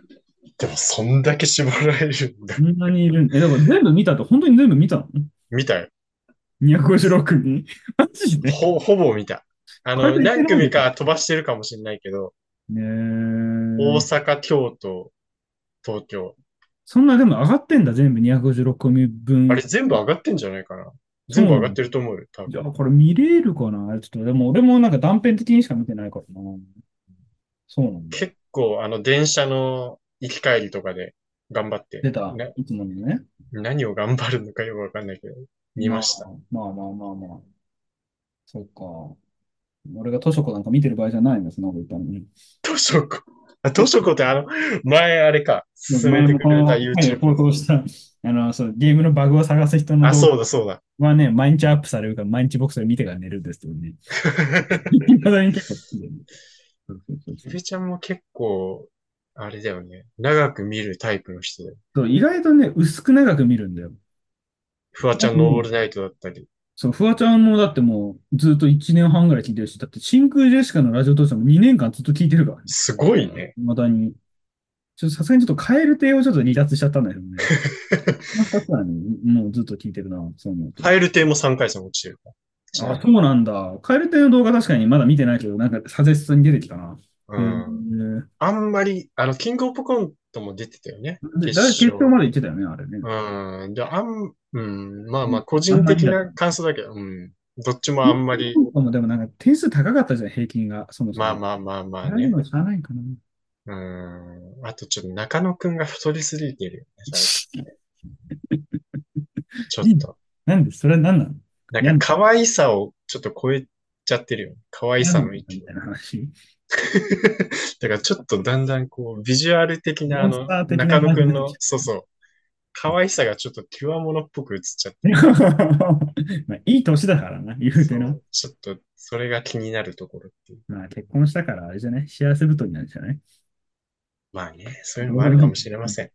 [SPEAKER 2] でもそんだけ絞られ
[SPEAKER 1] <laughs>
[SPEAKER 2] るんだ。
[SPEAKER 1] そんなにいるんえ、だから全部見たと、本当に全部見たの
[SPEAKER 2] 見たよ。
[SPEAKER 1] ?256 組 <laughs> マジで
[SPEAKER 2] ほ、ほぼ見た。あ
[SPEAKER 1] これ
[SPEAKER 2] の、
[SPEAKER 1] でいけ
[SPEAKER 2] 何
[SPEAKER 1] ない
[SPEAKER 2] 組
[SPEAKER 1] のか。
[SPEAKER 2] か飛ばしてるかもしれないけど、
[SPEAKER 1] ね
[SPEAKER 2] 大
[SPEAKER 1] え。
[SPEAKER 2] 阪、京都、東京。
[SPEAKER 1] そんなでも上がってんだ、全部256組
[SPEAKER 2] あ
[SPEAKER 1] 分。
[SPEAKER 2] れ全部上がってんじゃないかな。
[SPEAKER 1] そ
[SPEAKER 2] 全
[SPEAKER 1] う
[SPEAKER 2] 部
[SPEAKER 1] な
[SPEAKER 2] 上が
[SPEAKER 1] の。
[SPEAKER 2] ってると思うよ、多分。
[SPEAKER 1] じゃあ、これ見れるかなちょっと、でも俺もなんか断片的にしか見てないからな。そうなんだ。
[SPEAKER 2] 結構、あの、電車の行き帰りとかで頑張って、
[SPEAKER 1] 出た。
[SPEAKER 2] な、
[SPEAKER 1] いつものね。
[SPEAKER 2] 何を頑張るのかよくわかんないけど、見
[SPEAKER 1] ま
[SPEAKER 2] ま
[SPEAKER 1] あ、
[SPEAKER 2] した。
[SPEAKER 1] まあまあまあまあ。そっか。俺が図書庫なんか見てる場合じゃないんです、そんなこと言ったのに。
[SPEAKER 2] 図書 <laughs> 庫。あ、図書庫ってあの、前あれか、
[SPEAKER 1] でも
[SPEAKER 2] 進め
[SPEAKER 1] 前
[SPEAKER 2] てくれた
[SPEAKER 1] も、はい、
[SPEAKER 2] YouTube
[SPEAKER 1] 放
[SPEAKER 2] の。
[SPEAKER 1] 送した、あの、そう、ゲームのバグを探す人の
[SPEAKER 2] あ、
[SPEAKER 1] 動
[SPEAKER 2] そう
[SPEAKER 1] 画
[SPEAKER 2] だ、そうだ。 <laughs>
[SPEAKER 1] はね、毎日アップされるから、毎日僕それ見てから寝るんですけどね。 <laughs> いまだに結構好きでね。そうそうそう
[SPEAKER 2] ゆ
[SPEAKER 1] そう。
[SPEAKER 2] べちゃんも結構、あれだよね。長く見るタイプの人だよ。
[SPEAKER 1] そう意外とね、薄く長く見るんだよ。
[SPEAKER 2] フワちゃんのオールナイトだったり。
[SPEAKER 1] そう、フワちゃんもだってもうずっと1年半ぐらい聞いてるし、だって真空ジェシカのラジオ父さんも2年間ずっと聞いてるからね。
[SPEAKER 2] すごいね。
[SPEAKER 1] まだに。ちょっとさすがにちょっとカエル亭をちょっと離脱しちゃったんだけど
[SPEAKER 2] <laughs>
[SPEAKER 1] ね。まあ、二つはね、もうずっと聞いてるな、そう思うと。
[SPEAKER 2] カエル亭も3回戦落ちてるから。ちな
[SPEAKER 1] あ、
[SPEAKER 2] み
[SPEAKER 1] そうなんだ。カエル亭の動画確かにまだ見てないけど、なんかサジェストに出てきたな。へえ
[SPEAKER 2] に。うん。あんまり、あの、キングオブコントも出てたよね。
[SPEAKER 1] で、
[SPEAKER 2] 決
[SPEAKER 1] だいぶ決勝
[SPEAKER 2] 勝。
[SPEAKER 1] まで行ってたよね、あれね。
[SPEAKER 2] うん。で、あん、うん。まあ
[SPEAKER 1] う
[SPEAKER 2] ま
[SPEAKER 1] ん
[SPEAKER 2] あ、個
[SPEAKER 1] あん
[SPEAKER 2] 人
[SPEAKER 1] まり
[SPEAKER 2] 的
[SPEAKER 1] だっ
[SPEAKER 2] な
[SPEAKER 1] た。
[SPEAKER 2] 感想だけど、うん。どっちもあ
[SPEAKER 1] キ
[SPEAKER 2] ん
[SPEAKER 1] ン
[SPEAKER 2] ま
[SPEAKER 1] グ
[SPEAKER 2] り、
[SPEAKER 1] オブコントもでもなんか点数高かったじゃん、平均が、そもそ
[SPEAKER 2] まあ
[SPEAKER 1] も。
[SPEAKER 2] まあまあま
[SPEAKER 1] あ
[SPEAKER 2] あ
[SPEAKER 1] あいう
[SPEAKER 2] ね。
[SPEAKER 1] のは知らないか
[SPEAKER 2] <laughs>
[SPEAKER 1] な。
[SPEAKER 2] うん。あと、ちょっと中野くんが太りすぎてるよね、
[SPEAKER 1] <laughs>
[SPEAKER 2] 最近。ちょっと。
[SPEAKER 1] なんで、それは何なの
[SPEAKER 2] なんか、
[SPEAKER 1] 病んで
[SPEAKER 2] 可愛さをちょっと超えちゃってるよね。可愛
[SPEAKER 1] 病
[SPEAKER 2] さ
[SPEAKER 1] んで
[SPEAKER 2] の
[SPEAKER 1] たみ
[SPEAKER 2] 域を。
[SPEAKER 1] たいな話。 <laughs>
[SPEAKER 2] だからちょっとだんだんこう、ビジュアル的なあ
[SPEAKER 1] モンス
[SPEAKER 2] の、
[SPEAKER 1] ター的な
[SPEAKER 2] 中野
[SPEAKER 1] 感じ
[SPEAKER 2] く
[SPEAKER 1] に
[SPEAKER 2] ん
[SPEAKER 1] なってきちゃ
[SPEAKER 2] の、そうそう、可愛さがちょっと際物っぽく映っちゃっ
[SPEAKER 1] う。
[SPEAKER 2] てる。
[SPEAKER 1] まあ、いい年だからな、言うてな。
[SPEAKER 2] そう、ちょっと、それが気になるところっていう。
[SPEAKER 1] まあ、結婚したからあれじゃない幸せ太りなんじゃない
[SPEAKER 2] まあね、そういうのもあ
[SPEAKER 1] 僕
[SPEAKER 2] る
[SPEAKER 1] で
[SPEAKER 2] か
[SPEAKER 1] も、
[SPEAKER 2] もしれません。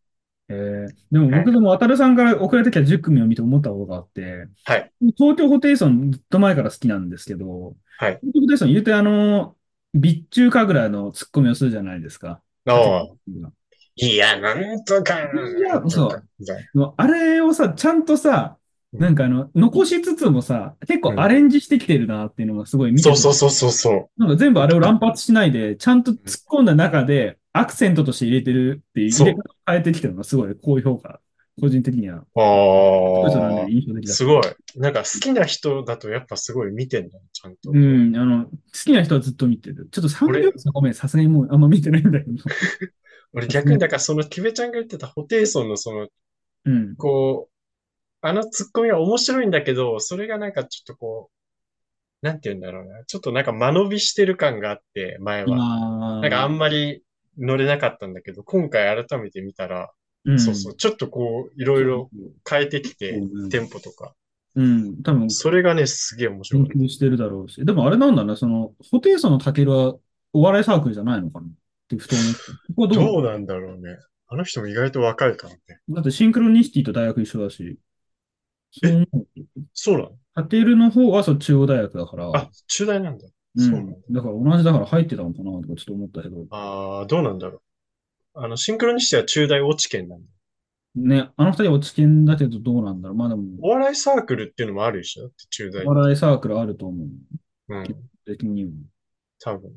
[SPEAKER 1] えーでも
[SPEAKER 2] は
[SPEAKER 1] 僕
[SPEAKER 2] い。
[SPEAKER 1] でも渡るさんから送られてきた10組を見て思ったことがあって、
[SPEAKER 2] はい。
[SPEAKER 1] 東京ホテイソンずっと前から好きなんですけど、
[SPEAKER 2] はい。
[SPEAKER 1] 東京ホテイソン言うてあの、備中神楽のツッコミをするじゃないですか。
[SPEAKER 2] あ
[SPEAKER 1] 立て
[SPEAKER 2] あ、
[SPEAKER 1] が。
[SPEAKER 2] いや、なんとか、
[SPEAKER 1] いや、
[SPEAKER 2] とか、
[SPEAKER 1] そう。もうあれをさ、ちゃんとさ、
[SPEAKER 2] う
[SPEAKER 1] なん
[SPEAKER 2] ん。
[SPEAKER 1] かあの、残しつつもさ、結
[SPEAKER 2] う
[SPEAKER 1] 構ア
[SPEAKER 2] ん。
[SPEAKER 1] レンジしてきてるなっていうのがすごい見
[SPEAKER 2] そ
[SPEAKER 1] て
[SPEAKER 2] う
[SPEAKER 1] て、
[SPEAKER 2] そうそうそうそ
[SPEAKER 1] なんか全部あれを乱発しないで、ちゃんと突
[SPEAKER 2] う。うん
[SPEAKER 1] っ込んだ中で、アクセントとして入れてるっていう、入れ方
[SPEAKER 2] そ
[SPEAKER 1] を変えてきてるのがすごい高評価。個人的には、
[SPEAKER 2] う。
[SPEAKER 1] すごいそれは
[SPEAKER 2] あ
[SPEAKER 1] ね、
[SPEAKER 2] あ、
[SPEAKER 1] 印象的だっ
[SPEAKER 2] す
[SPEAKER 1] た。
[SPEAKER 2] ごい。なんか好きな人だとやっぱすごい見てんだ、ちゃんと。
[SPEAKER 1] うん、あの、好きな人はずっと見てる。ちょっと3
[SPEAKER 2] 俺、
[SPEAKER 1] 秒差ごめん、さすがにもうあんま見てないんだけ
[SPEAKER 2] <laughs>
[SPEAKER 1] ど。
[SPEAKER 2] 俺
[SPEAKER 1] さす
[SPEAKER 2] 逆
[SPEAKER 1] が
[SPEAKER 2] に、
[SPEAKER 1] に。
[SPEAKER 2] だからそのキベちゃんが言ってたホテイソンのその、
[SPEAKER 1] うん。
[SPEAKER 2] こう、あのツッコミは面白いんだけど、それがなんかちょっとこう、なんて言うんだろうな。ちょっとなんか間延びしてる感があって、前は。なんかあ
[SPEAKER 1] あ
[SPEAKER 2] んまり乗れなかったんだけど、今回改めて見たら、
[SPEAKER 1] ー、う
[SPEAKER 2] そうそう、
[SPEAKER 1] ん。
[SPEAKER 2] ちょっとこう、いろい
[SPEAKER 1] そう
[SPEAKER 2] ろ
[SPEAKER 1] そう
[SPEAKER 2] 変えてき
[SPEAKER 1] そ
[SPEAKER 2] て、
[SPEAKER 1] うね。
[SPEAKER 2] テンポとか。
[SPEAKER 1] うん、多分、
[SPEAKER 2] それがね、すげえ面白
[SPEAKER 1] 研
[SPEAKER 2] かった。
[SPEAKER 1] 究してるだろうし。でもあれなんだね、その、ホテイソンのタケルはお笑いサークルじゃないのかなってふと思った。ここはどうな
[SPEAKER 2] どうなんだろうね。あの人も意外と若いからね。
[SPEAKER 1] のだってシンクロニシティと大学一緒だし、そう
[SPEAKER 2] え、
[SPEAKER 1] 思うと。
[SPEAKER 2] そうなの
[SPEAKER 1] タケルの方はそう中央大学だから、
[SPEAKER 2] あ、中大なんだ。
[SPEAKER 1] う
[SPEAKER 2] そうなん
[SPEAKER 1] ん。
[SPEAKER 2] だ。
[SPEAKER 1] だから同じだから入ってたのかなとかちょっと思ったけど、
[SPEAKER 2] ああ、どうなんだろう。あの、シンクロニシティは中大落ち研なんだ。
[SPEAKER 1] ね、あの二人は知見だけどどうなんだろう。まあでも、
[SPEAKER 2] お笑いサークルっていうのもあるでしょだって中大
[SPEAKER 1] お
[SPEAKER 2] って。
[SPEAKER 1] 笑いサークルあると思う。
[SPEAKER 2] う
[SPEAKER 1] 基本
[SPEAKER 2] ん。
[SPEAKER 1] 的には。
[SPEAKER 2] 多分。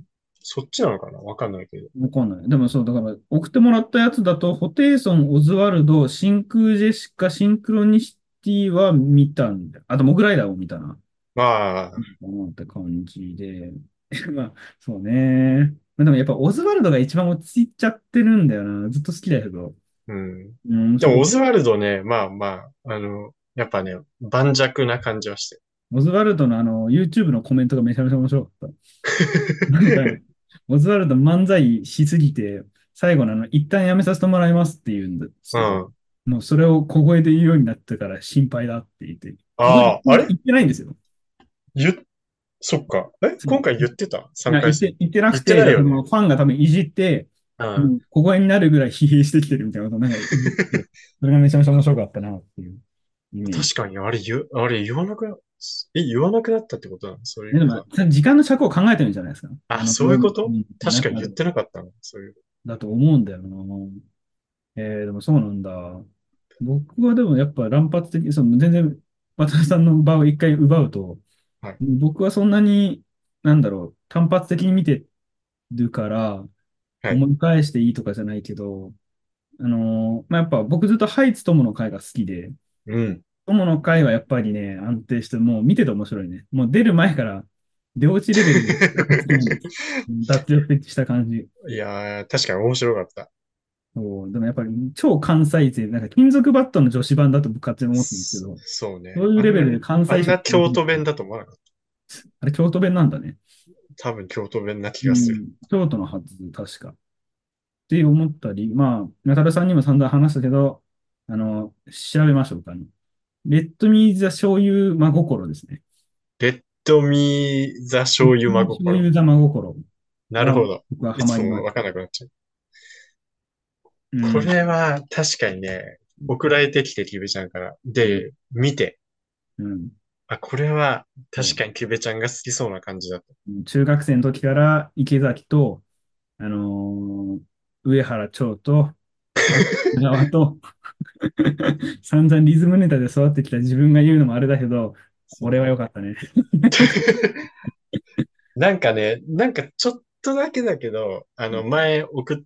[SPEAKER 2] そっちなのかなわかんないけど。
[SPEAKER 1] わかんない。でもそう、だから送ってもらったやつだと、ホテイソン、オズワルド、真空ジェシカ、シンクロニシティは見たんだよ。あと、モグライダーを見たな。
[SPEAKER 2] まあ、
[SPEAKER 1] かなって感じで。 <laughs> まあ、そうね。まあ、でもやっぱオズワルドが一番落ち着いちゃってるんだよな。ずっと好きだけど。
[SPEAKER 2] うん。
[SPEAKER 1] うん、
[SPEAKER 2] で
[SPEAKER 1] そ
[SPEAKER 2] も、オ
[SPEAKER 1] う。
[SPEAKER 2] ズワルドね、まあまあ、あの、やっぱね、盤石な感じはして
[SPEAKER 1] オズワルドのあの、YouTube のコメントがめちゃめちゃ面白かった。なんか、
[SPEAKER 2] る。
[SPEAKER 1] オズワルド漫才しすぎて、最後のあの、一旦やめさせてもらいますって言うんですけ
[SPEAKER 2] う
[SPEAKER 1] ど、
[SPEAKER 2] ん。
[SPEAKER 1] もうそれを小声で言うようになったから心配だって言って、小声で
[SPEAKER 2] ああ、あれ
[SPEAKER 1] 言ってないんですよ。
[SPEAKER 2] 言っ、そっか。え
[SPEAKER 1] そ
[SPEAKER 2] 今
[SPEAKER 1] う
[SPEAKER 2] 回言ってた
[SPEAKER 1] い
[SPEAKER 2] ?3
[SPEAKER 1] や、言
[SPEAKER 2] 回
[SPEAKER 1] って、
[SPEAKER 2] 戦。
[SPEAKER 1] 言ってなく
[SPEAKER 2] 言って
[SPEAKER 1] て、
[SPEAKER 2] ない
[SPEAKER 1] だか
[SPEAKER 2] よ
[SPEAKER 1] らも
[SPEAKER 2] ね。
[SPEAKER 1] うファンが多分いじって、
[SPEAKER 2] は
[SPEAKER 1] もう小声になるぐらい疲弊してきてるみたいなことなんか言ってて、それがめちゃめちゃ面白かったなっていうイメー
[SPEAKER 2] い。
[SPEAKER 1] ジ。
[SPEAKER 2] 確かに、あれ言う、あれ言わなくな、え、言わなくなったってことなのそうい
[SPEAKER 1] ねで
[SPEAKER 2] うこ
[SPEAKER 1] も
[SPEAKER 2] と。、
[SPEAKER 1] それ時間の尺を考えてるんじゃないですか。
[SPEAKER 2] あ
[SPEAKER 1] の
[SPEAKER 2] そういうこと
[SPEAKER 1] ん
[SPEAKER 2] 確かに言ってなかったの。そういう。
[SPEAKER 1] だと思うんだよな。えー、でもそうなんだ。僕はでもやっぱ乱発的、その全然渡辺さんの場を一回奪うと、
[SPEAKER 2] はい
[SPEAKER 1] 僕はそんなに、なんだろう、単発的に見てるから、
[SPEAKER 2] はい
[SPEAKER 1] 思い返していいとかじゃないけど、あのーまあ、やっぱ僕ずっとハイツ友の会が好きで、
[SPEAKER 2] うん。
[SPEAKER 1] 友の会はやっぱりね、安定して、もう見てて面白いね。もう出る前から、出落ちレベル
[SPEAKER 2] <laughs>
[SPEAKER 1] でうん脱力した感じ。
[SPEAKER 2] いやー、確かに面白かった。
[SPEAKER 1] そう、でもやっぱり超関西勢、なんか金属バットの女子版だと僕勝手に思ってるんですけど、
[SPEAKER 2] そうね。
[SPEAKER 1] そういうレベルで関
[SPEAKER 2] あん
[SPEAKER 1] 西
[SPEAKER 2] な
[SPEAKER 1] 勢。
[SPEAKER 2] 京都弁だと思わなかっ
[SPEAKER 1] あれ京都弁なんだね。
[SPEAKER 2] た。多分京都弁な気がす
[SPEAKER 1] う
[SPEAKER 2] る。
[SPEAKER 1] ん京都のはず、確か。って思ったり、まあ、中田さんにも散々話したけど、あの、調べましょうかね。レッドミーザ醤油真心ですね。
[SPEAKER 2] レッドミーザ醤油孫
[SPEAKER 1] 醤
[SPEAKER 2] 心。
[SPEAKER 1] 油ザ真心。
[SPEAKER 2] なるほど。
[SPEAKER 1] 僕はいハマ
[SPEAKER 2] つ
[SPEAKER 1] り
[SPEAKER 2] も
[SPEAKER 1] ま
[SPEAKER 2] わかんなくなっちゃ
[SPEAKER 1] す。
[SPEAKER 2] う。
[SPEAKER 1] うん
[SPEAKER 2] これは確かにね、送られてきてキベちゃんから。で、見て。
[SPEAKER 1] うん
[SPEAKER 2] あ、これは確かにキベちゃんが好きそうな感じだった。
[SPEAKER 1] 中学生の時から池崎と、あのー上原長と、側と、 <laughs> 散々リズムネタで育ってきた自分が言うのもあれだけど、俺は良かったね。
[SPEAKER 2] <laughs> なんかね、なんかちょっとだけだけど、あの、前送っ、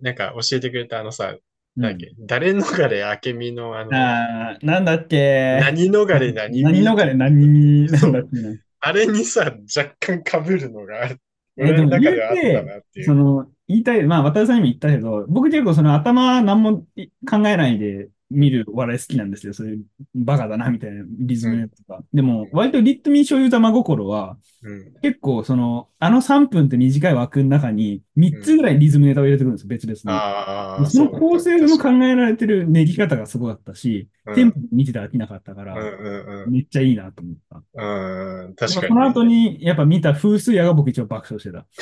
[SPEAKER 2] なんか教えてくれたあのさ、なんだっけ、誰逃れ明美のあ
[SPEAKER 1] う
[SPEAKER 2] の
[SPEAKER 1] ん、あーなんだっけ
[SPEAKER 2] 何逃れ何
[SPEAKER 1] 何
[SPEAKER 2] 見
[SPEAKER 1] 逃れ何なんだっけな
[SPEAKER 2] あれにさ、若干被るのが、
[SPEAKER 1] え
[SPEAKER 2] 俺の
[SPEAKER 1] で
[SPEAKER 2] 中
[SPEAKER 1] も
[SPEAKER 2] ではあったなってい。
[SPEAKER 1] そうの、言いたい、まあ、渡辺さんにも言ったけど、僕結構その頭何も考えないで見るお笑い好きなんですよ。そういうバカだな、みたいなリズムのやつとか。でも、割とリットミー醤油玉心は、
[SPEAKER 2] うん。
[SPEAKER 1] 結構その、あの3分って短い枠の中に、3つぐらいリズムネタを入れてくるんですよ、別々
[SPEAKER 2] あ
[SPEAKER 1] に。
[SPEAKER 2] あ、
[SPEAKER 1] その
[SPEAKER 2] うだ
[SPEAKER 1] 構成の考
[SPEAKER 2] 確
[SPEAKER 1] えられてる練り方がすごかったし、
[SPEAKER 2] かに
[SPEAKER 1] テンポ見てて飽きなかったか
[SPEAKER 2] うんう
[SPEAKER 1] ら、
[SPEAKER 2] ん
[SPEAKER 1] めっちゃいいなと思った。
[SPEAKER 2] うん。うん、確かに。
[SPEAKER 1] その後に、やっぱ見た風水屋が僕一応爆笑してた。
[SPEAKER 2] <laughs>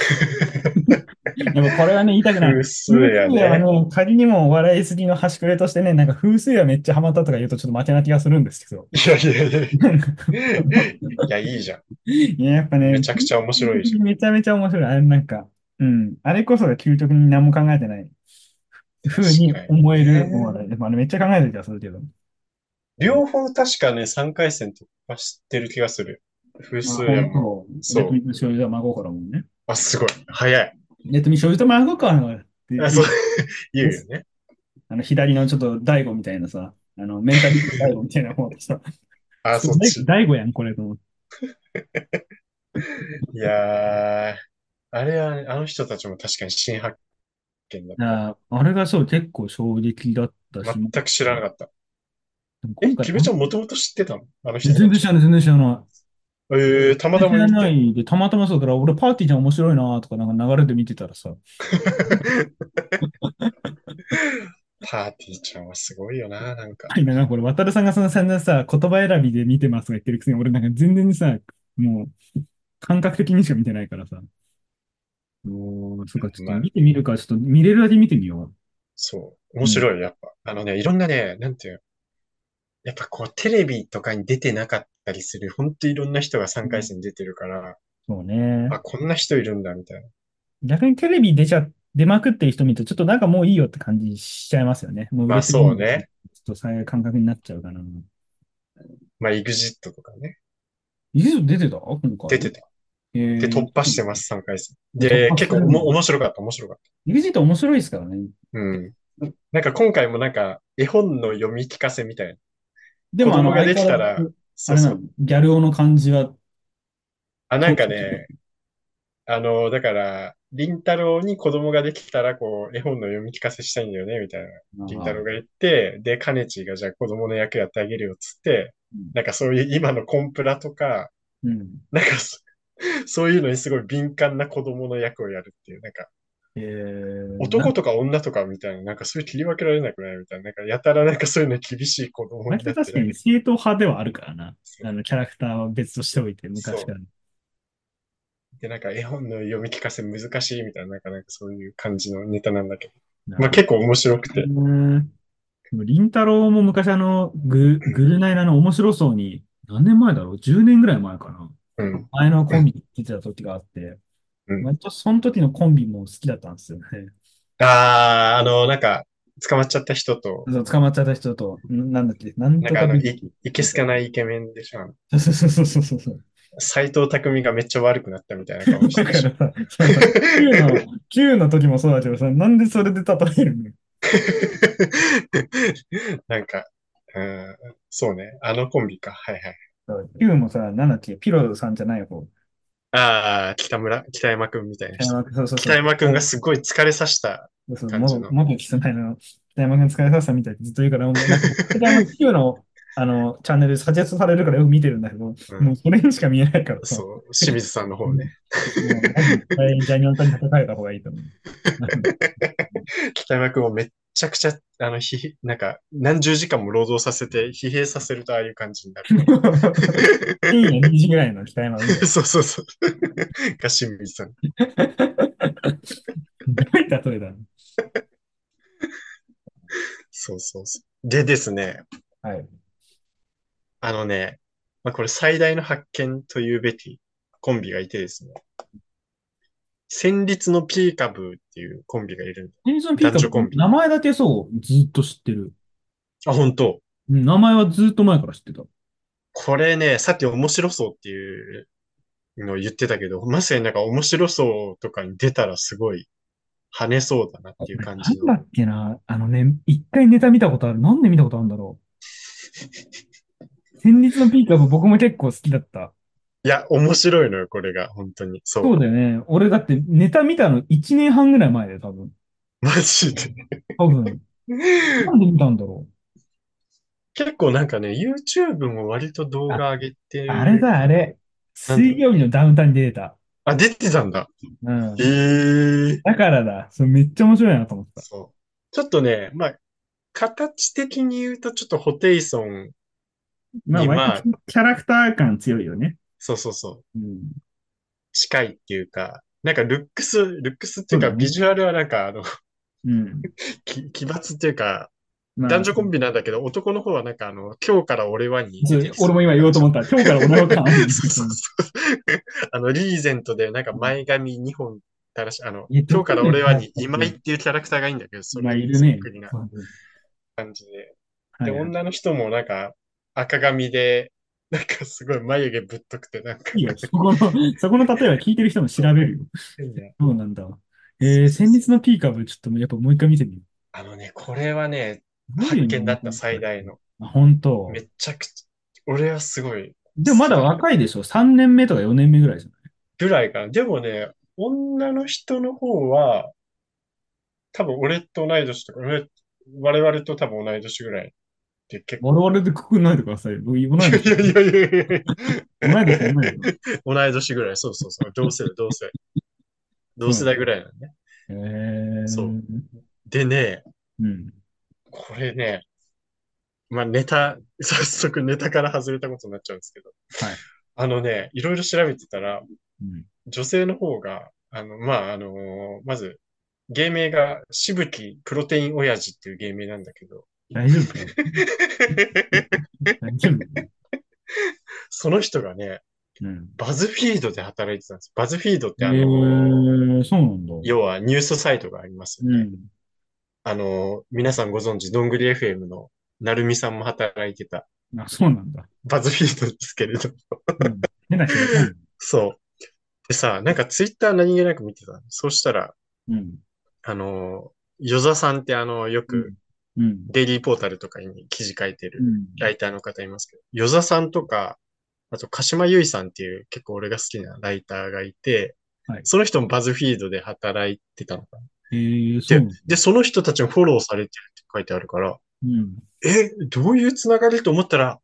[SPEAKER 1] やっぱこれはね、言いたくない。
[SPEAKER 2] 風水屋ね
[SPEAKER 1] はね、仮にもお笑い好きの端くれとしてね、なんか風水屋めっちゃハマったとか言うとちょっと負けな気がするんですけ
[SPEAKER 2] <laughs>
[SPEAKER 1] ど。
[SPEAKER 2] いやいやいやいや。いや、いいじゃん。
[SPEAKER 1] いや、やっぱね、
[SPEAKER 2] めちゃくちゃ面白いじゃ
[SPEAKER 1] <laughs>
[SPEAKER 2] ん。
[SPEAKER 1] めちゃめちゃ面白い。あれなんか、うん。あれこそが究極に何も考えてない。ふうに思えるお笑い。でもあれめっちゃ考えてる気がするけど。
[SPEAKER 2] 両方確かね、3回戦突破してる気がする。風水やも。
[SPEAKER 1] そう。レッドミー醤油と真心もね。
[SPEAKER 2] あ、すごい。早い。
[SPEAKER 1] レッドミー醤油と真心っていう
[SPEAKER 2] あ、 <laughs> そう。言うよね。
[SPEAKER 1] あの、左のちょっと、大悟みたいなさ、あの、メンタリスト大悟みたいな方でさ、
[SPEAKER 2] <laughs> あ、そっち。
[SPEAKER 1] 大悟やん、これと思って。
[SPEAKER 2] いやー。あれは、あの人たちも確かに新発見だった。
[SPEAKER 1] あーあれがそう、結構衝撃だったし、
[SPEAKER 2] 全く知らなかった。
[SPEAKER 1] でも今
[SPEAKER 2] え、
[SPEAKER 1] 回、
[SPEAKER 2] キムちゃんもともと知ってたのあの人たち。
[SPEAKER 1] 全然知らない、全然知らない。
[SPEAKER 2] えー、たまた
[SPEAKER 1] 知
[SPEAKER 2] ま
[SPEAKER 1] ら
[SPEAKER 2] 見
[SPEAKER 1] な
[SPEAKER 2] て。
[SPEAKER 1] いで、たまたまそうだから、俺パーティーじゃん面白いなとか、なんか流れで見てたらさ、
[SPEAKER 2] パーティーちゃんはすごいよな、なんか。
[SPEAKER 1] 今なんかこれ、渡るさんがその散々さ、言葉選びで見てますが言ってるくせに、俺なんか全然さ、もう、感覚的にしか見てないからさ。おー、そっか、ちょっと見てみるか、ちょっと見れるだけ見てみよう。
[SPEAKER 2] そう。面白い、やっぱ。あのね、いろんなね、なんていうのやっぱこう、テレビとかに出てなかったりする、ほんといろんな人が3回戦出てるから、
[SPEAKER 1] そうね。
[SPEAKER 2] あ、こんな人いるんだ、みたいな。
[SPEAKER 1] 逆にテレビ出ちゃ、出まくってる人見ると、ちょっとなんかもういいよって感じしちゃいますよね。もう
[SPEAKER 2] まあ
[SPEAKER 1] 嬉しい
[SPEAKER 2] そうね。
[SPEAKER 1] ちょっとそういう感覚になっちゃうかな。
[SPEAKER 2] まあ、エグジットとかね。
[SPEAKER 1] いつ出てた今回。
[SPEAKER 2] 出てた。
[SPEAKER 1] えー。
[SPEAKER 2] で、突破してます、3回戦。で、
[SPEAKER 1] 突破して
[SPEAKER 2] 結
[SPEAKER 1] る
[SPEAKER 2] 構おも面白かった、面白かっ
[SPEAKER 1] EXIT 面白いですからね。
[SPEAKER 2] た。うん。なんか今回もなんか、絵本の読み聞かせみたいな。
[SPEAKER 1] でも、
[SPEAKER 2] 子
[SPEAKER 1] あ
[SPEAKER 2] 供
[SPEAKER 1] の、
[SPEAKER 2] ができた
[SPEAKER 1] 相
[SPEAKER 2] ら
[SPEAKER 1] 変わずあ
[SPEAKER 2] そう
[SPEAKER 1] れな
[SPEAKER 2] そ
[SPEAKER 1] の
[SPEAKER 2] う。、
[SPEAKER 1] ギャル男の感じは、
[SPEAKER 2] あ、なんかね、あの、だから、りんたろーに子供ができたら、こう、絵本の読み聞かせしたいんだよね、みたいな。りんたろーが言って、で、かねちがじゃあ子供の役やってあげるよ、っつって
[SPEAKER 1] うん、
[SPEAKER 2] なんかそういう今のコンプラとか、
[SPEAKER 1] うん。
[SPEAKER 2] なんかそ、 <laughs> そういうのにすごい敏感な子供の役をやるっていう、なんか、
[SPEAKER 1] えー、
[SPEAKER 2] 男とか女とかみたいな、なんかそういう切り分けられなくないみたいな、なんかやたらなんかそういうの厳しい子供
[SPEAKER 1] な
[SPEAKER 2] になって
[SPEAKER 1] 確か
[SPEAKER 2] ない
[SPEAKER 1] に正統派ではあるからな。
[SPEAKER 2] そう
[SPEAKER 1] あの、キャラクターは別としておいて、昔から。
[SPEAKER 2] で、なんか絵本の読み聞かせ難しいみたいな、なんか、なんかそういう感じのネタなんだけど。
[SPEAKER 1] な
[SPEAKER 2] まあ
[SPEAKER 1] る
[SPEAKER 2] 結構面白くて。
[SPEAKER 1] ほどね。でも、りんたろーも昔あの、ぐ、ぐるナイラの面白そうに、何年前だろう ?10 年ぐらい前かな。
[SPEAKER 2] うん。
[SPEAKER 1] 前のコンビに出てた時があって、
[SPEAKER 2] うん
[SPEAKER 1] 割とその時のコンビも好きだったんですよね。
[SPEAKER 2] ああ、あの、なんか、捕まっちゃった人と、
[SPEAKER 1] そう捕まっちゃった人と、んなんだっけ、なん
[SPEAKER 2] なん
[SPEAKER 1] と
[SPEAKER 2] かあ
[SPEAKER 1] か
[SPEAKER 2] の、
[SPEAKER 1] ビ
[SPEAKER 2] い、いけすかないイケメンでしょ。あの
[SPEAKER 1] そうそうそうそうそうそう。
[SPEAKER 2] 斎藤匠がめっちゃ悪くなったみたいな顔して
[SPEAKER 1] だ
[SPEAKER 2] た
[SPEAKER 1] か
[SPEAKER 2] で
[SPEAKER 1] ら
[SPEAKER 2] <laughs> しょ。
[SPEAKER 1] さ、そうさ、9の、9の時もそうだけどさ、なんでそれで例えるの
[SPEAKER 2] なんか、うん、そうね。あのコンビか。はいはい。
[SPEAKER 1] そう ?9 もさ、なんだっけ、ピロさんじゃない方。
[SPEAKER 2] ああ、北村、北山くんみたいな
[SPEAKER 1] 北
[SPEAKER 2] 人。
[SPEAKER 1] 山君、そうそうそ
[SPEAKER 2] 北
[SPEAKER 1] う。
[SPEAKER 2] 山くんがすごい疲れさせた。
[SPEAKER 1] そう
[SPEAKER 2] 感じ
[SPEAKER 1] 元
[SPEAKER 2] の
[SPEAKER 1] 元キスマイの北山君使いさせたみたいってずっと言うから、もう、なんか北山君9の、あの、チャンネル、サジェストされるからよく見てるんだけど、
[SPEAKER 2] うん
[SPEAKER 1] もうそれにしか見えないからさ。
[SPEAKER 2] そう、清水さんの方 <laughs>
[SPEAKER 1] もう、
[SPEAKER 2] ね。
[SPEAKER 1] マジで絶対ジャニオンさんに叩かれた方がいいと思う。
[SPEAKER 2] 北山くんをめっちゃくちゃ、あの、ひ、なんか、何十時間も労働させて、疲弊させるとああいう感じになる。
[SPEAKER 1] 深夜2時ぐら <laughs> いの北山君。
[SPEAKER 2] <laughs> そうそうそう。が清水さん。
[SPEAKER 1] どういう例えだろう
[SPEAKER 2] そうそうそう。でですね、
[SPEAKER 1] はい。
[SPEAKER 2] あのね、まあ、これ最大の発見というべきコンビがいてですね、戦慄のピーカブーっていうコンビがいるんだ。
[SPEAKER 1] エンジョンピー
[SPEAKER 2] 男女コ
[SPEAKER 1] カ
[SPEAKER 2] ン
[SPEAKER 1] も
[SPEAKER 2] ビ
[SPEAKER 1] 名前だけそう、ずっと知ってる。
[SPEAKER 2] あ、本当。
[SPEAKER 1] うん名前はずっと前から知ってた。
[SPEAKER 2] これね、さっき面白そうっていうのを言ってたけど、まさになんか面白そうとかに出たらすごい跳ねそうだなっていう感
[SPEAKER 1] な
[SPEAKER 2] じ
[SPEAKER 1] <laughs>
[SPEAKER 2] の。
[SPEAKER 1] んだっけな、あのね、一回ネタ見たことある。なんで見たことあるんだろう。先日のピーカブ僕も結構好きだった。
[SPEAKER 2] いや、面白いのよ、これが、本当に。そう。
[SPEAKER 1] そうだよね。俺だってネタ見たの1年半ぐらい前で多分。
[SPEAKER 2] マジで。
[SPEAKER 1] 多分。なんで見たんだろ
[SPEAKER 2] 結構なんかね、YouTube も割と動画上げて
[SPEAKER 1] う。あれだ、あれ。水曜日のダウンタウンに出てた。
[SPEAKER 2] あ、出てたんだ。
[SPEAKER 1] うん
[SPEAKER 2] え。え
[SPEAKER 1] だからだ。それめっちゃ面白いなと思った。
[SPEAKER 2] そう。ちょっとね、まあ、形的に言うと、ちょっとホテイソン、
[SPEAKER 1] まあ、
[SPEAKER 2] 今
[SPEAKER 1] 割とキャラクター感強いよね。
[SPEAKER 2] そうそうそ
[SPEAKER 1] う
[SPEAKER 2] う、
[SPEAKER 1] ん。
[SPEAKER 2] 近いっていうか、なんかルックス、ルックスっていう
[SPEAKER 1] そう
[SPEAKER 2] か、
[SPEAKER 1] だね
[SPEAKER 2] ビジュアルはなんか、あの、
[SPEAKER 1] うん。
[SPEAKER 2] き奇抜っていうか、
[SPEAKER 1] まあ
[SPEAKER 2] 男女コンビなんだけど、男の方はなんかあの、今日から俺はに。
[SPEAKER 1] そう俺も今言おうと思った。今日から俺は感あるん
[SPEAKER 2] <laughs> そうそうそう。あの、リーゼントでなんか前髪2本垂らし、あの、
[SPEAKER 1] いや
[SPEAKER 2] 今日から俺はに
[SPEAKER 1] どこで
[SPEAKER 2] 今井っていうキャラクターがいいんだけど、そ
[SPEAKER 1] まあ、
[SPEAKER 2] れ
[SPEAKER 1] い
[SPEAKER 2] に
[SPEAKER 1] る
[SPEAKER 2] そっ
[SPEAKER 1] ね
[SPEAKER 2] くりな。
[SPEAKER 1] そう
[SPEAKER 2] 感じで。
[SPEAKER 1] は
[SPEAKER 2] で、
[SPEAKER 1] いはい
[SPEAKER 2] 女の人もなんか赤髪で、なんかすごい眉毛ぶっとくて、なんか。
[SPEAKER 1] いいよ、そこの、 <laughs> そこの例えは聞いてる人も調べるよ。
[SPEAKER 2] いや
[SPEAKER 1] そうなんだわ。えー、先日のピーカブ、ちょっともうやっぱもう一回見てみよ
[SPEAKER 2] あのね、これはね、
[SPEAKER 1] う。
[SPEAKER 2] 発見だった最大の。
[SPEAKER 1] あ。本当。
[SPEAKER 2] めちゃくちゃ、俺はすごい、
[SPEAKER 1] でもまだ若いでしょ ?3 年目とか4年目ぐらいじゃない
[SPEAKER 2] ぐらいかな。でもね、女の人の方は、多分俺と同い年とか、俺我々と多分同い年ぐらいって結構。
[SPEAKER 1] 我々でくくんないでください。僕言わないで
[SPEAKER 2] <laughs> い
[SPEAKER 1] くだ
[SPEAKER 2] や
[SPEAKER 1] さい
[SPEAKER 2] いやいやい
[SPEAKER 1] 同い年同い年
[SPEAKER 2] や。同い年ぐらい、そうそうそう。同世代、同世代。同世代ぐらいなんね。
[SPEAKER 1] えー、
[SPEAKER 2] そうでね、
[SPEAKER 1] うん。
[SPEAKER 2] これね、まあネタ、早速ネタから外れたことになっちゃうんですけど。
[SPEAKER 1] はい
[SPEAKER 2] あのね、いろいろ調べてたら、
[SPEAKER 1] うん。
[SPEAKER 2] 女性の方が、あの、まあ、あのまず、芸名が、しぶきプロテイン親父っていう芸名なんだけ
[SPEAKER 1] <laughs>
[SPEAKER 2] ど、
[SPEAKER 1] 大丈夫か大丈夫
[SPEAKER 2] その人がね、 <laughs>
[SPEAKER 1] うん。
[SPEAKER 2] バズフィードで働いてたんです。バズフィードっ
[SPEAKER 1] え
[SPEAKER 2] てあの、
[SPEAKER 1] ー、そうなんだ。
[SPEAKER 2] 要はニュースサイトがありますよ
[SPEAKER 1] う
[SPEAKER 2] ね。
[SPEAKER 1] ん。
[SPEAKER 2] あの、皆さんご存知、どんぐり FM のなるみさんも働いてた
[SPEAKER 1] あ、そうなんだ。
[SPEAKER 2] バズフィードですけれど、
[SPEAKER 1] うん変な人いない
[SPEAKER 2] そう。でさ、なんかツイッター何気なく見てたの。そうしたら、
[SPEAKER 1] うん。
[SPEAKER 2] あの、ヨザさんってあの、よく
[SPEAKER 1] うん。
[SPEAKER 2] デイリーポータルとかに記事書いてる
[SPEAKER 1] うん。
[SPEAKER 2] ライターの方いますけど、与座さんとか、あと鹿島由衣さんっていう結構俺が好きなライターがいて、
[SPEAKER 1] はい
[SPEAKER 2] その人もバズフィードで働いてたのかな。
[SPEAKER 1] えー、そうなんだ。
[SPEAKER 2] で、その人たちもフォローされてるって書いてあるから、
[SPEAKER 1] うん。
[SPEAKER 2] え、どういうつながりと思ったら、